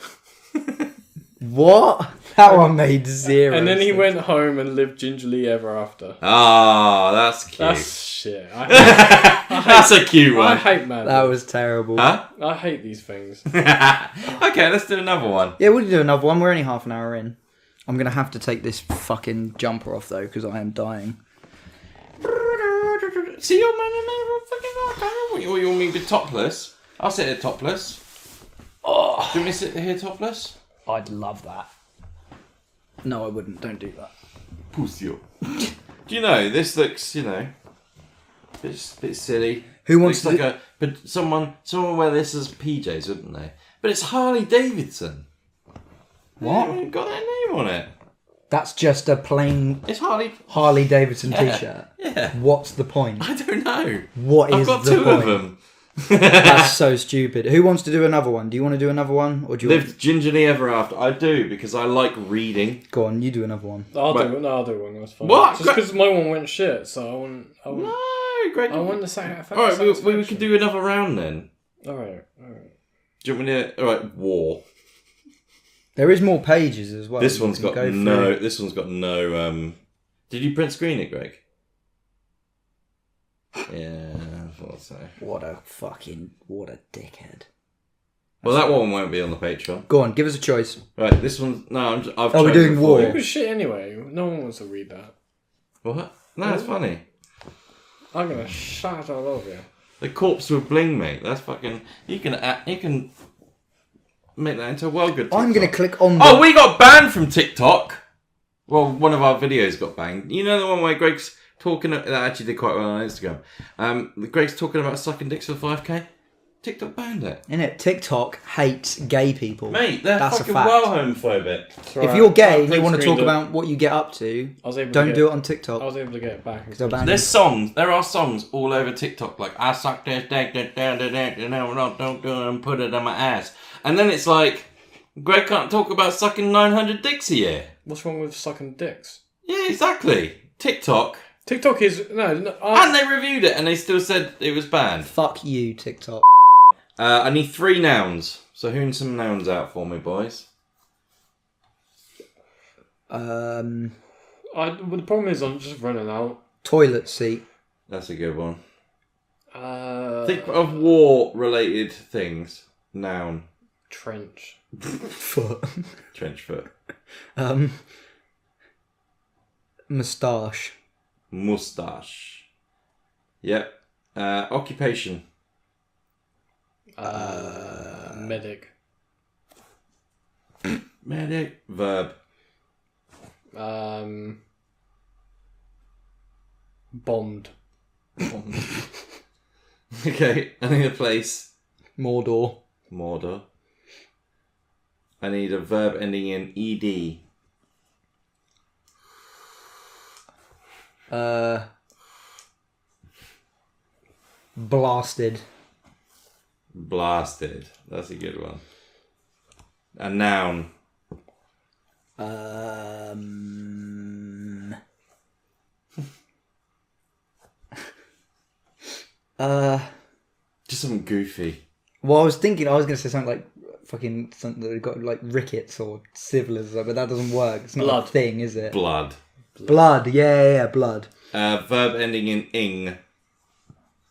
Speaker 3: What? That one made zero.
Speaker 2: And then he
Speaker 3: sense.
Speaker 2: went home and lived gingerly ever after.
Speaker 1: Oh, that's cute. That's,
Speaker 2: That's shit. I hate,
Speaker 1: a cute
Speaker 2: I
Speaker 1: one.
Speaker 2: hate mad.
Speaker 3: That was terrible.
Speaker 1: Huh?
Speaker 2: I hate these things.
Speaker 1: okay, let's do another one.
Speaker 3: Yeah, we'll do another one. We're only half an hour in. I'm gonna have to take this fucking jumper off though, because I am dying.
Speaker 1: See your man in there, fucking rock. I don't want you, you want me to be topless. I'll sit here topless. Oh. Do you want me to sit here topless?
Speaker 3: I'd love that. No, I wouldn't. Don't do that.
Speaker 1: Pussy. do you know this looks, you know, bit bit silly.
Speaker 3: Who wants
Speaker 1: looks
Speaker 3: to-
Speaker 1: like a but someone someone wear this as PJs, wouldn't they? But it's Harley Davidson.
Speaker 3: What?
Speaker 1: They haven't got their name on it.
Speaker 3: That's just a plain
Speaker 1: It's Harley.
Speaker 3: Harley Davidson T-shirt.
Speaker 1: Yeah.
Speaker 3: What's the point?
Speaker 1: I don't know.
Speaker 3: What
Speaker 1: I've
Speaker 3: is
Speaker 1: got
Speaker 3: the
Speaker 1: two
Speaker 3: point?
Speaker 1: of them.
Speaker 3: That's so stupid. Who wants to do another one? Do you want to do another one, or do you? Want...
Speaker 1: Lived gingerly ever after. I do because I like reading.
Speaker 3: Go on, you do another one.
Speaker 2: I'll
Speaker 1: Wait.
Speaker 2: do one. No, I'll do one. That's fine.
Speaker 1: What?
Speaker 2: Just because my one went shit, so I want. I want,
Speaker 1: No, great.
Speaker 2: I want to say.
Speaker 1: All right, we, we, we can do another round then.
Speaker 2: All right. All right.
Speaker 1: Do you want me to? All right, war.
Speaker 3: There is more pages as well.
Speaker 1: This
Speaker 3: you
Speaker 1: one's
Speaker 3: can
Speaker 1: got
Speaker 3: go
Speaker 1: no.
Speaker 3: through.
Speaker 1: This one's got no. Um, did you print screen it, Greg? Yeah, I thought so.
Speaker 3: What a fucking what a dickhead.
Speaker 1: Well, that one won't be on the Patreon.
Speaker 3: Go on, give us a choice.
Speaker 1: Right, this one's no. I'm just, I've.
Speaker 3: Oh, we're
Speaker 1: chosen
Speaker 3: doing
Speaker 1: for
Speaker 3: war.
Speaker 2: It was shit anyway. No one wants to read that.
Speaker 1: you. What? No, it's funny.
Speaker 2: I'm gonna shout all over you.
Speaker 1: The corpse with bling, mate. That's fucking. You can. act- You can. Make that into a well good. TikTok.
Speaker 3: I'm gonna click on. The...
Speaker 1: Oh, we got banned from TikTok. Well, one of our videos got banned. You know the one where Greg's talking. That actually did quite well on Instagram. Um, Greg's talking about sucking dicks for five k. TikTok banned it,
Speaker 3: In it, TikTok hates gay people.
Speaker 1: mate. They're
Speaker 3: That's a
Speaker 1: fucking
Speaker 3: fact.
Speaker 1: well homophobic.
Speaker 3: If you're gay and
Speaker 2: Print
Speaker 3: you want to
Speaker 2: screen
Speaker 3: talk
Speaker 2: the-
Speaker 3: about what you get up to,
Speaker 2: I was able to
Speaker 3: don't
Speaker 2: get-
Speaker 3: do it on
Speaker 2: I
Speaker 3: TikTok.
Speaker 2: was able to get it back.
Speaker 3: They'll ban you.
Speaker 1: There's songs. There are songs all over TikTok like I suck this dick, da- da- da- da- da- da- da- da- da- and put it in my ass, and then it's like Greg can't talk about sucking 900 dicks a year.
Speaker 2: What's wrong with sucking dicks?
Speaker 1: Yeah, exactly. TikTok,
Speaker 2: TikTok is no. no I,
Speaker 1: and they reviewed it, and they still said it was banned.
Speaker 3: Fuck you, TikTok.
Speaker 1: Uh, I need three nouns. So hoon some nouns out for me, boys.
Speaker 3: Um,
Speaker 2: I, well, the problem is I'm just running out.
Speaker 3: toilet seat.
Speaker 1: That's a good one.
Speaker 2: Uh,
Speaker 1: Think of war-related things. Noun.
Speaker 2: trench.
Speaker 3: Foot.
Speaker 1: Trench foot.
Speaker 3: um, moustache.
Speaker 1: Mustache. Yep. Uh, occupation.
Speaker 2: Um, Medic.
Speaker 1: Medic. Verb.
Speaker 2: Um, bombed.
Speaker 1: Okay, I need a place.
Speaker 3: Mordor.
Speaker 1: Mordor. I need a verb ending in E ed.
Speaker 3: Uh, blasted.
Speaker 1: Blasted. That's a good one. A noun.
Speaker 3: Um. uh.
Speaker 1: Just something goofy.
Speaker 3: Well, I was thinking I was going to say something like fucking something that got like rickets or syphilis, or something, but that doesn't work. It's not
Speaker 2: Blood.
Speaker 3: a thing, is it?
Speaker 1: Blood.
Speaker 3: Blood. Yeah, yeah, yeah, blood.
Speaker 1: Uh, verb ending in ing.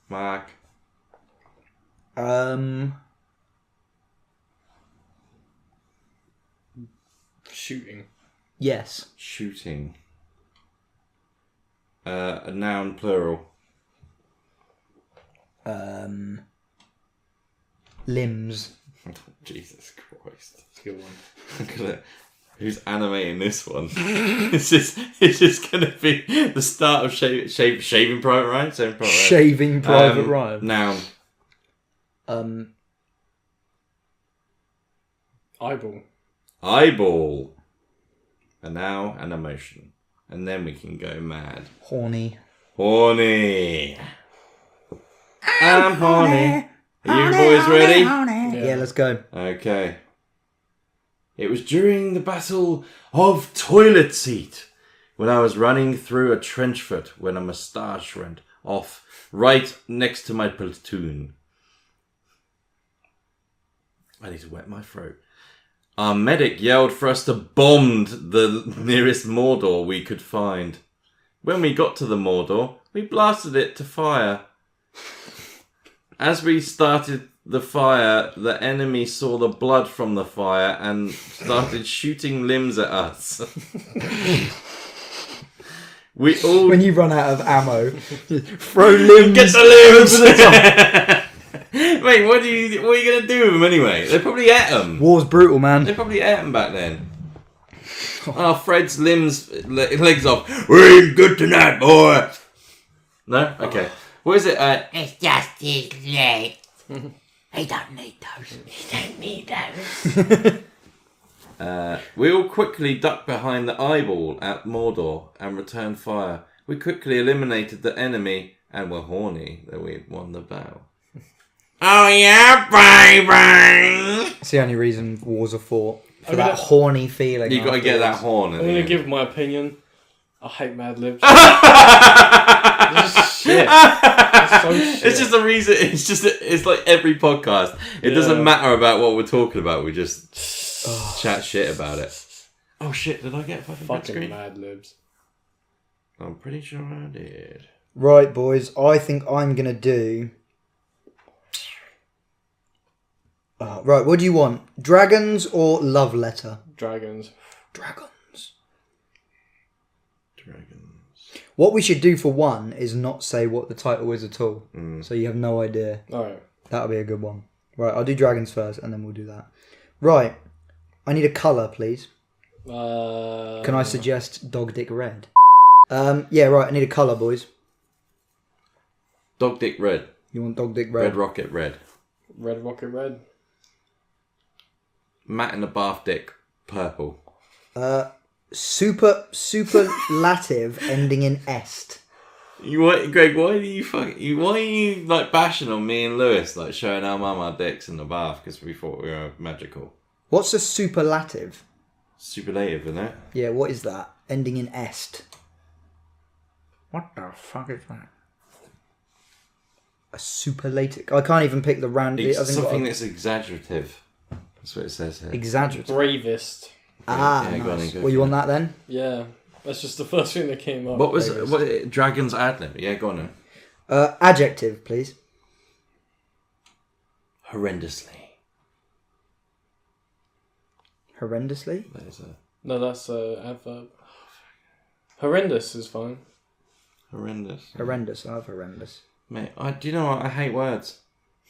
Speaker 1: Mark.
Speaker 3: Um.
Speaker 2: Shooting.
Speaker 3: Yes.
Speaker 1: Shooting. Uh, a noun plural.
Speaker 3: Um. Limbs.
Speaker 1: Oh, Jesus Christ.
Speaker 2: That's a good one.
Speaker 1: I'm gonna- Who's animating this one? it's just it's just gonna be the start of shave, shave, shaving private Ryan. Shaving private Ryan.
Speaker 3: Shaving Private
Speaker 1: Um,
Speaker 3: Ryan.
Speaker 1: Noun.
Speaker 3: Um.
Speaker 2: Eyeball.
Speaker 1: Eyeball. A noun and emotion, and then we can go mad.
Speaker 3: Horny.
Speaker 1: Horny. I'm horny. Are you boys ready?
Speaker 3: Yeah. let's go.
Speaker 1: Okay. It was during the Battle of Toilet Seat when I was running through a trench foot when a moustache went off right next to my platoon. I need to wet my throat. Our medic yelled for us to bomb the nearest Mordor we could find. When we got to the Mordor, we blasted it to fire. As we started the fire, the enemy saw the blood from the fire and started shooting limbs at us. we all
Speaker 3: When you run out of ammo, throw limbs.
Speaker 1: Get the limbs! Mate, what do you what are you gonna do with them anyway? They probably ate them.
Speaker 3: War's brutal,
Speaker 1: They
Speaker 3: man.
Speaker 1: probably ate them back then. Ah, Fred's limbs le- legs off. We're eating good tonight, boy. No, okay. What is it? Uh,
Speaker 4: It's just his leg. he don't need those. He don't need those.
Speaker 1: we all quickly ducked behind the eyeball at Mordor and returned fire. We quickly eliminated the enemy and were horny that we won the battle. oh yeah, baby!
Speaker 3: It's the only reason wars are fought. For
Speaker 2: I'm
Speaker 3: that
Speaker 2: gonna-
Speaker 3: horny feeling.
Speaker 1: You gotta get that
Speaker 3: afterwards.
Speaker 1: horn.
Speaker 2: I'm gonna give my opinion. I hate Mad Libs. It's just shit. It's so shit.
Speaker 1: It's just the reason. It's just it's like every podcast. It doesn't
Speaker 2: Yeah.
Speaker 1: matter about what we're talking about. We just chat shit about it. Oh shit! Did I get a fucking, fucking
Speaker 2: fucking Mad Libs.
Speaker 1: I'm pretty sure I did.
Speaker 3: Right, boys. I think I'm gonna do. Uh, right, what do you want? Dragons or love letter?
Speaker 2: Dragons.
Speaker 3: Dragons.
Speaker 1: Dragons.
Speaker 3: What we should do for one is not say what the title is at all, so you have no idea.
Speaker 2: Alright.
Speaker 3: That'll be a good one. Right, I'll do dragons first, and then we'll do that. Right, I need a color, please.
Speaker 2: Uh,
Speaker 3: Can I suggest dog dick red? Um, yeah, right. I need a color, boys.
Speaker 1: Dog dick red.
Speaker 3: You want dog dick
Speaker 1: Red
Speaker 3: red?
Speaker 1: rocket red.
Speaker 2: Red Rocket Red.
Speaker 1: Matt in the bath dick purple.
Speaker 3: Super superlative ending in est.
Speaker 1: You what, Greg? Why do you fuck? You, why are you like bashing on me and Lewis? Like showing our mum our dicks in the bath because we thought we were magical.
Speaker 3: What's a superlative?
Speaker 1: Superlative, isn't it?
Speaker 3: Yeah, what is that? Ending in est. What the fuck is that? A superlative. I can't even pick the random.
Speaker 1: It's something that's exaggerative. That's what it says here.
Speaker 3: exaggerated.
Speaker 2: Bravest.
Speaker 3: Ah,
Speaker 1: Yeah, go on
Speaker 3: nice.
Speaker 1: and go
Speaker 3: well, you
Speaker 1: for
Speaker 3: want that then?
Speaker 2: Yeah. That's just the first thing that came up.
Speaker 1: What was
Speaker 2: Bravest.
Speaker 1: what Dragon's ad lib? Yeah, go on. Then.
Speaker 3: Uh, adjective, please.
Speaker 1: Horrendously.
Speaker 3: Horrendously.
Speaker 1: That is a
Speaker 2: No, that's a adverb. Horrendous is fine.
Speaker 1: horrendous.
Speaker 3: Horrendous. I love horrendous.
Speaker 1: Mate, I, do you know what? I hate words.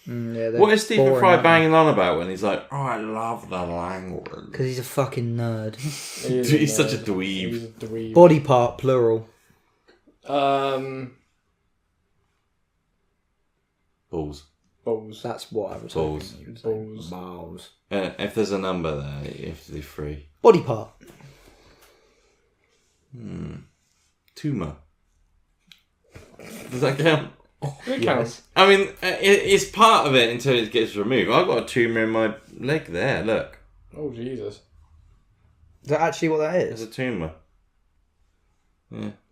Speaker 3: Mm, yeah,
Speaker 1: What is Stephen Fry banging on about when he's like, oh, I love the language?
Speaker 3: Because he's a fucking nerd.
Speaker 1: He's, such a dweeb.
Speaker 2: He's a dweeb.
Speaker 3: Body part, plural.
Speaker 2: Um,
Speaker 1: Balls.
Speaker 2: balls.
Speaker 3: That's what I was
Speaker 1: Balls.
Speaker 3: hoping you would say.
Speaker 2: Balls.
Speaker 3: Balls.
Speaker 1: Uh, if there's a number there, if they're free.
Speaker 3: Body part.
Speaker 1: Tumor. Does that count?
Speaker 2: It counts.
Speaker 1: I mean, uh, it, it's part of it until it gets removed. I've got a tumor in my leg there, look.
Speaker 2: Oh Jesus!
Speaker 3: Is that actually what that
Speaker 1: There's
Speaker 3: is?
Speaker 1: a tumor.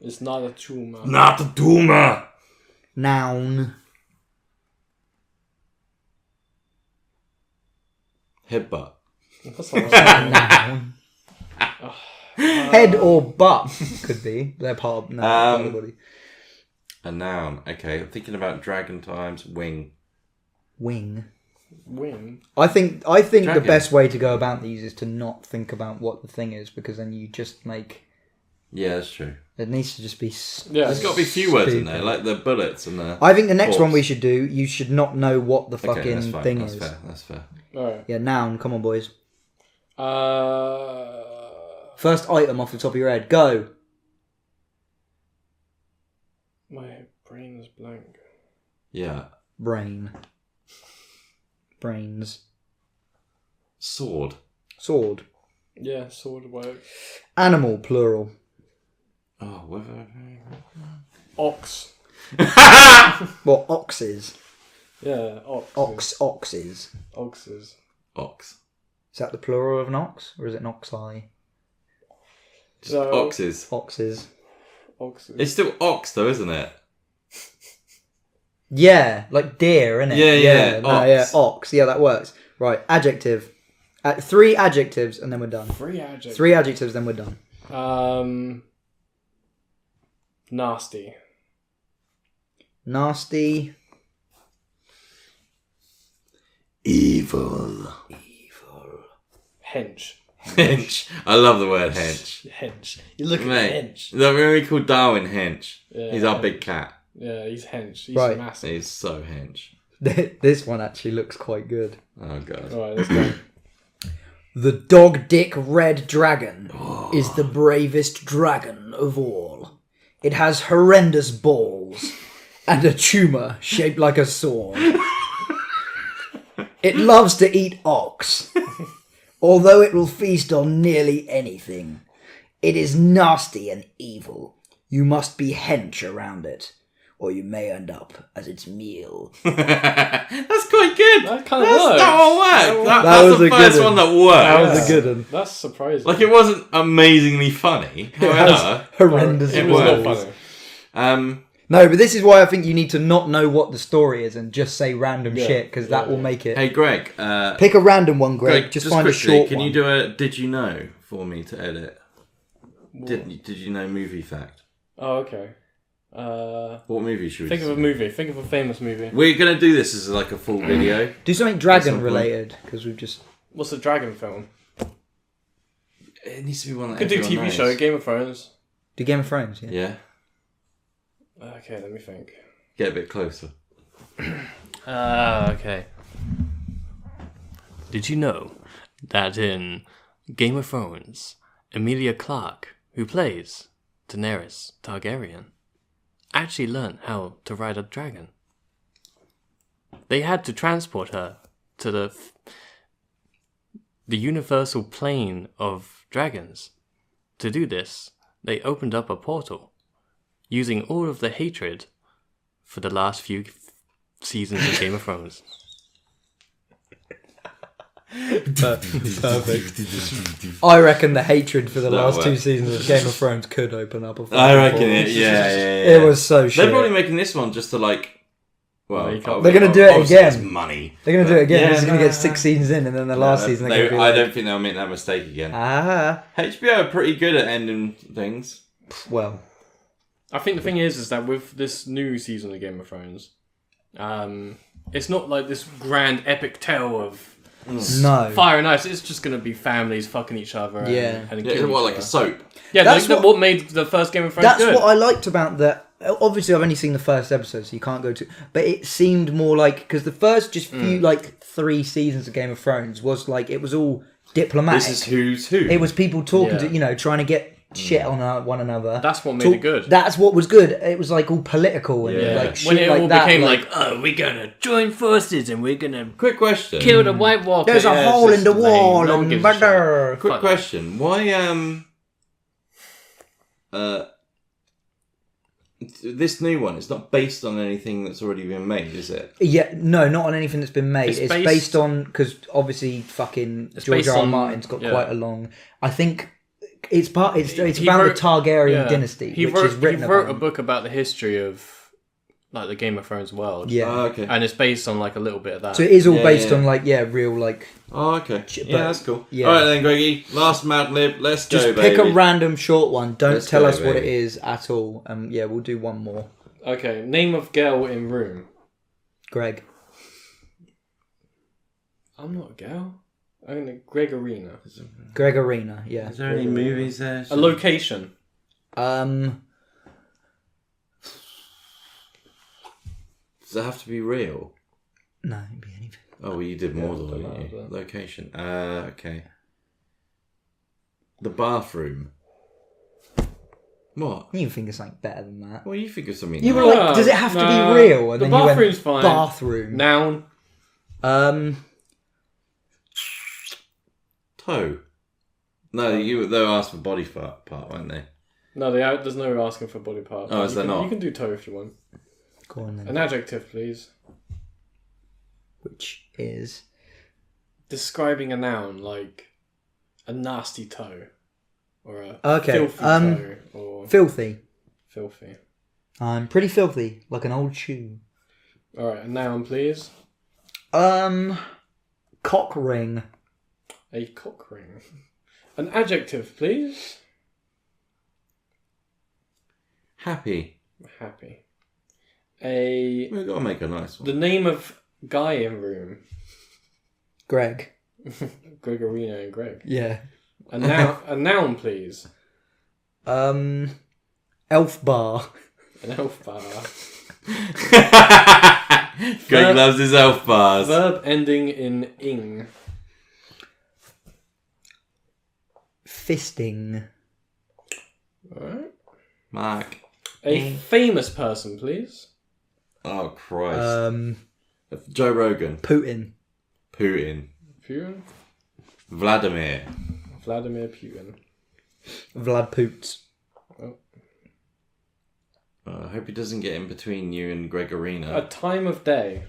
Speaker 2: It's not a tumor.
Speaker 1: Not a tumor!
Speaker 3: Noun.
Speaker 1: Headbutt.
Speaker 2: That's not a
Speaker 3: Noun. Head or butt could be. They're part of, no,
Speaker 1: Um,
Speaker 3: part of the body.
Speaker 1: A noun. Okay, I'm thinking about Dragon Times Wing.
Speaker 3: Wing.
Speaker 2: wing.
Speaker 3: I think I think
Speaker 1: Dragon.
Speaker 3: the best way to go about these is to not think about what the thing is because then you just make
Speaker 1: Yeah, that's true.
Speaker 3: it needs to just be. s-
Speaker 2: Yeah.
Speaker 1: There's got to be a few words in there,
Speaker 3: stupid.
Speaker 1: like the bullets and the.
Speaker 3: I think the next one
Speaker 1: Balls.
Speaker 3: we should do. You should not know what the
Speaker 1: Okay, that's
Speaker 3: fucking
Speaker 1: fine.
Speaker 3: thing
Speaker 1: that's
Speaker 3: is.
Speaker 1: fair. That's fair.
Speaker 2: All
Speaker 3: Yeah, noun. Come on, boys.
Speaker 2: right. Uh,
Speaker 3: First item off the top of your head. Go.
Speaker 2: my brain is blank.
Speaker 1: Yeah.
Speaker 3: Brain. Brains.
Speaker 1: Sword.
Speaker 3: Sword.
Speaker 2: Yeah, sword work.
Speaker 3: Animal plural.
Speaker 1: Oh, whether.
Speaker 2: Ox.
Speaker 3: Well, oxes.
Speaker 2: Yeah, ox.
Speaker 3: Ox. Oxes.
Speaker 2: Oxes.
Speaker 1: Ox.
Speaker 3: Is that the plural of an ox, or is it an oxi?
Speaker 1: Just
Speaker 2: No.
Speaker 1: Oxes.
Speaker 3: Oxes.
Speaker 2: Oxes.
Speaker 1: It's still ox, though, isn't it?
Speaker 3: Yeah, like deer, innit?
Speaker 1: Yeah, yeah,
Speaker 3: no,
Speaker 1: ox.
Speaker 3: yeah, ox. Yeah, that works. Right, adjective. Uh, three adjectives, and then we're done.
Speaker 2: Free agent.
Speaker 3: Three adjectives, then we're done.
Speaker 2: Um. Nasty.
Speaker 3: Nasty.
Speaker 1: Evil.
Speaker 2: Hench.
Speaker 1: Hench. I love the word hench.
Speaker 2: Hench. You look
Speaker 1: Mate.
Speaker 2: at hench.
Speaker 1: That when we call Darwin hench,
Speaker 2: Yeah.
Speaker 1: he's our big cat.
Speaker 2: Yeah, he's hench. He's
Speaker 3: Right.
Speaker 2: massive.
Speaker 1: He's so hench.
Speaker 3: this one actually looks quite good.
Speaker 1: Oh, God.
Speaker 2: All right, let's go.
Speaker 3: The dog dick red dragon is the bravest dragon of all. It has horrendous balls and a tumor shaped like a sword. it loves to eat ox, although it will feast on nearly anything. It is nasty and evil. You must be hench around it, or you may end up as its meal.
Speaker 1: that's quite good.
Speaker 2: That kinda
Speaker 1: That's-
Speaker 2: works.
Speaker 1: That one worked. That,
Speaker 3: That
Speaker 1: that's
Speaker 3: was
Speaker 1: the
Speaker 3: a good
Speaker 1: first one
Speaker 3: one.
Speaker 1: that worked.
Speaker 2: was a
Speaker 3: good one.
Speaker 2: That's surprising.
Speaker 1: Like it wasn't amazingly funny. However,
Speaker 3: Horrendous
Speaker 1: It
Speaker 2: Oh, it was not
Speaker 1: was.
Speaker 2: funny.
Speaker 1: um,
Speaker 3: No, but this is why I think you need to not know what the story is and just say random shit 'cause shit because that will make it.
Speaker 1: hey Greg, uh,
Speaker 3: Pick a random one, Greg.
Speaker 1: Greg,
Speaker 3: just, find
Speaker 1: quickly,
Speaker 3: a short
Speaker 1: can
Speaker 3: one.
Speaker 1: you do a did you know for me to edit? Did did you know movie fact?
Speaker 2: Oh, okay. Uh,
Speaker 1: What movie should we?
Speaker 2: think of a Mm.
Speaker 1: do?
Speaker 2: movie. Think of a famous movie.
Speaker 1: We're gonna do this as like a full video.
Speaker 3: Do something
Speaker 1: some
Speaker 3: dragon
Speaker 1: point.
Speaker 3: related because we've just
Speaker 2: What's a dragon film?
Speaker 1: It needs to be one that
Speaker 2: Could do
Speaker 1: everyone
Speaker 2: TV
Speaker 1: knows.
Speaker 2: show. Game of Thrones.
Speaker 3: do Game of Thrones. Yeah.
Speaker 1: Yeah,
Speaker 2: Okay, let me think.
Speaker 1: get a bit closer.
Speaker 2: Ah, okay. Did you know that in Game of Thrones, Emilia Clarke, who plays Daenerys Targaryen, actually learned how to ride a dragon? They had to transport her to the f- the universal plane of dragons. To do this, they opened up a portal, using all of the hatred for the last few seasons of Game of Thrones.
Speaker 3: Perfect. I reckon the hatred for the
Speaker 1: That'll
Speaker 3: last two
Speaker 1: work.
Speaker 3: seasons of Game of Thrones could open up. A
Speaker 1: I
Speaker 3: fucking
Speaker 1: reckon
Speaker 3: portal.
Speaker 1: it. Yeah, yeah, yeah.
Speaker 3: It was so shit.
Speaker 1: Oh, They're probably making this one just to like. Well,
Speaker 2: Make up-
Speaker 1: obviously-
Speaker 3: They're gonna do it
Speaker 1: obviously
Speaker 3: again.
Speaker 1: It's money.
Speaker 3: They're gonna do it again.
Speaker 1: Yeah,
Speaker 3: They're just gonna
Speaker 1: no,
Speaker 3: get six seasons in, and then the last
Speaker 1: They-
Speaker 3: season they're gonna be
Speaker 1: I
Speaker 3: like,
Speaker 1: don't think they'll make that mistake again.
Speaker 3: ah,
Speaker 1: HBO are pretty good at ending things.
Speaker 3: well,
Speaker 2: I think the thing is, is that with this new season of Game of Thrones, um, it's not like this grand epic tale of
Speaker 3: no.
Speaker 2: fire and ice. It's just going to be families fucking each other. And,
Speaker 3: Yeah.
Speaker 2: and
Speaker 1: Yeah,
Speaker 2: killing
Speaker 1: what
Speaker 2: each
Speaker 1: like a
Speaker 2: other.
Speaker 1: soap?
Speaker 2: yeah.
Speaker 3: That's
Speaker 2: like,
Speaker 3: what-
Speaker 2: what made the first Game of Thrones
Speaker 3: That's
Speaker 2: good.
Speaker 3: what I liked about that obviously I've only seen the first episode, so you can't go to. But it seemed more like because the first just
Speaker 2: Mm.
Speaker 3: few like three seasons of Game of Thrones was like it was all diplomatic.
Speaker 1: This is who's who.
Speaker 3: it was people talking to
Speaker 2: Yeah. Mm.
Speaker 3: you know trying to get shit on uh, one another.
Speaker 2: That's what made
Speaker 3: Talk-
Speaker 2: it good.
Speaker 3: That's what was good. It was like all political and
Speaker 2: Yeah.
Speaker 3: like shit
Speaker 2: when it
Speaker 3: like
Speaker 2: all
Speaker 3: that.
Speaker 2: became
Speaker 3: like,
Speaker 2: like, oh, we're gonna join forces and we're gonna
Speaker 1: Quick question.
Speaker 2: kill the White Walker.
Speaker 3: there's a
Speaker 2: Yeah, it's
Speaker 3: hole in
Speaker 2: just
Speaker 3: the
Speaker 2: lame.
Speaker 3: wall
Speaker 2: No one
Speaker 3: and
Speaker 2: gives a shit.
Speaker 3: murder.
Speaker 1: Quick
Speaker 2: Fuck.
Speaker 1: question. Why um uh this new one it's not based on anything that's already been made, is it?
Speaker 3: Yeah, no, not on anything that's been made.
Speaker 2: It's
Speaker 3: It's,
Speaker 2: based-
Speaker 3: based, on because obviously fucking
Speaker 2: It's
Speaker 3: George
Speaker 2: based
Speaker 3: R. R.
Speaker 2: on-
Speaker 3: Martin's got
Speaker 2: yeah.
Speaker 3: quite a long. I think it's part. It's it's
Speaker 2: He
Speaker 3: about
Speaker 2: wrote-
Speaker 3: the Targaryen
Speaker 2: Yeah.
Speaker 3: dynasty,
Speaker 2: He
Speaker 3: which
Speaker 2: wrote,
Speaker 3: is written
Speaker 2: he wrote
Speaker 3: about.
Speaker 2: a book about the history of like the Game of Thrones world.
Speaker 3: Yeah.
Speaker 1: Oh, okay.
Speaker 2: and it's based on like a little bit of that.
Speaker 3: so it is all
Speaker 1: Yeah,
Speaker 3: based
Speaker 1: yeah.
Speaker 3: on like yeah, real like.
Speaker 1: Oh, okay.
Speaker 3: but-
Speaker 1: Yeah, that's cool.
Speaker 3: yeah.
Speaker 1: All right then, Greggy. Last Mad Lib. Let's
Speaker 3: Just
Speaker 1: go,
Speaker 3: pick
Speaker 1: baby.
Speaker 3: a random short one. Don't
Speaker 1: Let's
Speaker 3: tell
Speaker 1: go,
Speaker 3: us what it
Speaker 1: baby.
Speaker 3: is at all. Um, yeah, we'll do one more.
Speaker 2: okay, name of girl in room.
Speaker 3: Greg,
Speaker 2: I'm not a girl. I'm gonna Gregorina.
Speaker 3: Gregorina. Yeah.
Speaker 1: there any movies there?
Speaker 2: A location.
Speaker 3: Um,
Speaker 1: Does it have to be real?
Speaker 3: no, it'd be anything.
Speaker 1: Oh, well, you did more
Speaker 2: it
Speaker 1: than
Speaker 2: doesn't matter,
Speaker 1: that, you.
Speaker 2: does it?
Speaker 1: Location. Uh, okay. The bathroom. What?
Speaker 3: You can think of something better than that.
Speaker 1: Well, you think of something.
Speaker 3: You were
Speaker 2: No,
Speaker 3: like, does it have
Speaker 2: no,
Speaker 3: to be real? And
Speaker 2: the
Speaker 3: then you went,
Speaker 2: bathroom's fine.
Speaker 3: Bathroom.
Speaker 2: Noun.
Speaker 3: Um,
Speaker 1: toe. No, you they were asked for body part, part, weren't they?
Speaker 2: No, they, there's no asking for body part.
Speaker 1: Oh, is
Speaker 2: you
Speaker 1: there
Speaker 2: can,
Speaker 1: not?
Speaker 2: You can do toe if you want.
Speaker 3: go on then.
Speaker 2: An adjective, please.
Speaker 3: Which is
Speaker 2: Describing a noun like a nasty toe, or a
Speaker 3: Okay,
Speaker 2: filthy
Speaker 3: um,
Speaker 2: toe, or
Speaker 3: filthy.
Speaker 2: filthy.
Speaker 3: I'm pretty filthy, like an old shoe.
Speaker 2: All right, a noun, please.
Speaker 3: Um, cock ring.
Speaker 2: A cock ring. An adjective, please.
Speaker 1: Happy.
Speaker 2: Happy. A
Speaker 1: We've got to make a nice one.
Speaker 2: the name of guy in room.
Speaker 3: Greg.
Speaker 2: Gregorina and Greg.
Speaker 3: Yeah.
Speaker 2: A noun. a noun, please.
Speaker 3: Um, elf bar.
Speaker 2: An elf bar.
Speaker 1: Greg loves his elf
Speaker 2: A
Speaker 1: bars.
Speaker 2: verb ending in ing.
Speaker 3: Fisting.
Speaker 2: All right.
Speaker 1: Mark.
Speaker 2: A famous person, please.
Speaker 1: Oh Christ.
Speaker 3: Um,
Speaker 1: Joe Rogan.
Speaker 3: Putin.
Speaker 1: Putin.
Speaker 2: Putin.
Speaker 1: Vladimir.
Speaker 2: Vladimir Putin.
Speaker 3: Vlad Poots.
Speaker 1: Oh, I hope he doesn't get in between you and
Speaker 2: A
Speaker 1: Gregorina.
Speaker 2: time of day.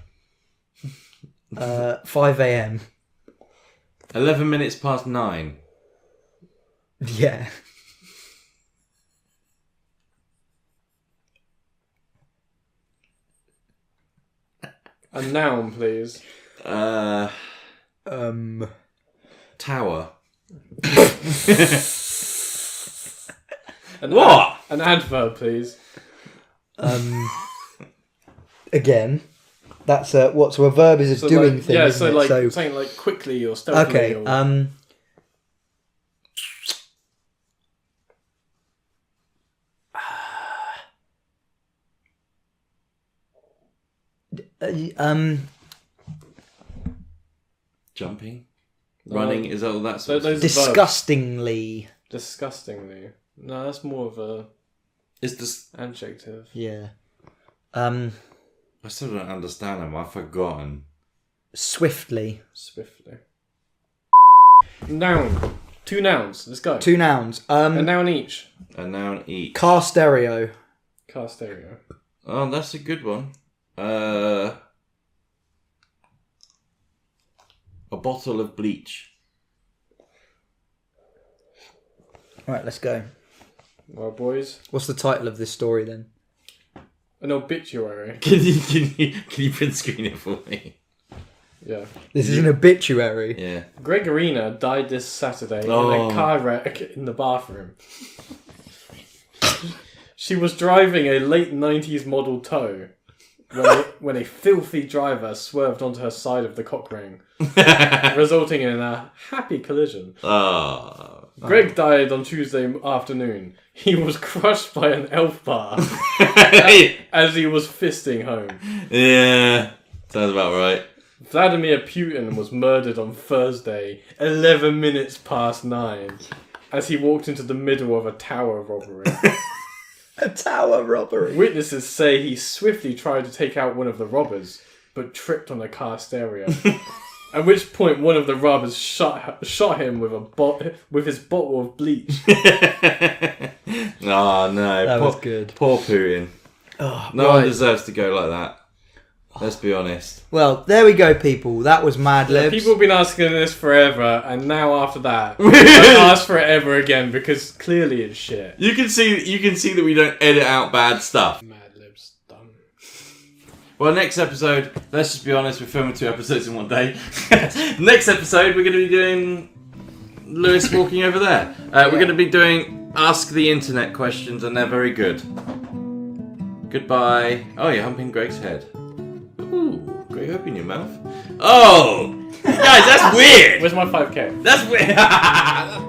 Speaker 3: Uh, 5 a.m.
Speaker 1: Eleven minutes past nine.
Speaker 3: Yeah.
Speaker 2: A noun, please.
Speaker 1: Uh,
Speaker 3: Um,
Speaker 1: tower.
Speaker 2: An
Speaker 1: What?
Speaker 2: ad- an adverb, please.
Speaker 3: um, again, that's a, what, so a verb is a
Speaker 2: So
Speaker 3: doing
Speaker 2: like,
Speaker 3: thing,
Speaker 2: Yeah,
Speaker 3: isn't
Speaker 2: so
Speaker 3: it?
Speaker 2: like
Speaker 3: so,
Speaker 2: something like quickly or stealthily.
Speaker 3: okay,
Speaker 2: Or,
Speaker 3: um, Uh, um,
Speaker 1: Jumping. Running is all that
Speaker 2: so
Speaker 1: sort of
Speaker 2: those
Speaker 1: stuff.
Speaker 2: are verbs.
Speaker 3: disgustingly.
Speaker 2: Disgustingly. No, that's more of a
Speaker 1: Is this?
Speaker 2: adjective.
Speaker 3: Yeah. Um,
Speaker 1: I still don't understand him. I've forgotten.
Speaker 3: swiftly.
Speaker 2: Swiftly. Noun. Two nouns. Let's go.
Speaker 3: Two nouns.
Speaker 2: A
Speaker 3: Um,
Speaker 2: noun each.
Speaker 1: A noun each.
Speaker 3: car stereo.
Speaker 2: Car stereo.
Speaker 1: Oh, that's a good one. Uh, a bottle of bleach.
Speaker 3: Right, let's go.
Speaker 2: Well, boys.
Speaker 3: What's the title of this story then?
Speaker 2: An obituary.
Speaker 1: Can you can you can you print screen it for me?
Speaker 2: Yeah.
Speaker 3: This is an obituary.
Speaker 1: Yeah.
Speaker 2: Gregorina died this Saturday in
Speaker 1: Oh.
Speaker 2: a car wreck in the bathroom. she was driving a late 90s model tow when a, when a filthy driver swerved onto her side of the cock ring, resulting in a happy collision.
Speaker 1: oh,
Speaker 2: Greg died on Tuesday afternoon. He was crushed by an elf bar as he was fisting home.
Speaker 1: yeah, sounds about right.
Speaker 2: Vladimir Putin was murdered on Thursday, 11 minutes past 9, as he walked into the middle of a tower robbery.
Speaker 3: A tower robbery.
Speaker 2: Witnesses say he swiftly tried to take out one of the robbers, but tripped on a car stereo. At which point, one of the robbers shot shot him with a bo- with his bottle of bleach.
Speaker 1: Oh no,
Speaker 3: That
Speaker 1: poor,
Speaker 3: was good.
Speaker 1: Poor Putin. no
Speaker 3: right.
Speaker 1: one deserves to go like that. Let's be honest.
Speaker 3: Well, there we go, people. That was Mad Libs.
Speaker 2: People have been asking this forever, and now after that, don't ask for it ever again because clearly it's shit.
Speaker 1: You can see you can see that we don't edit out bad stuff.
Speaker 2: Mad Lib's done.
Speaker 1: Well, next episode, let's just be honest, we're filming two episodes in one day. next episode, we're going to be doing Lewis walking over there. Uh, We're going to be doing ask the internet questions, and they're very good. Goodbye. Oh, you're humping Greg's head. Ooh, Greg, open your mouth. Oh, guys, that's weird.
Speaker 2: Where's my 5k?
Speaker 1: That's weird.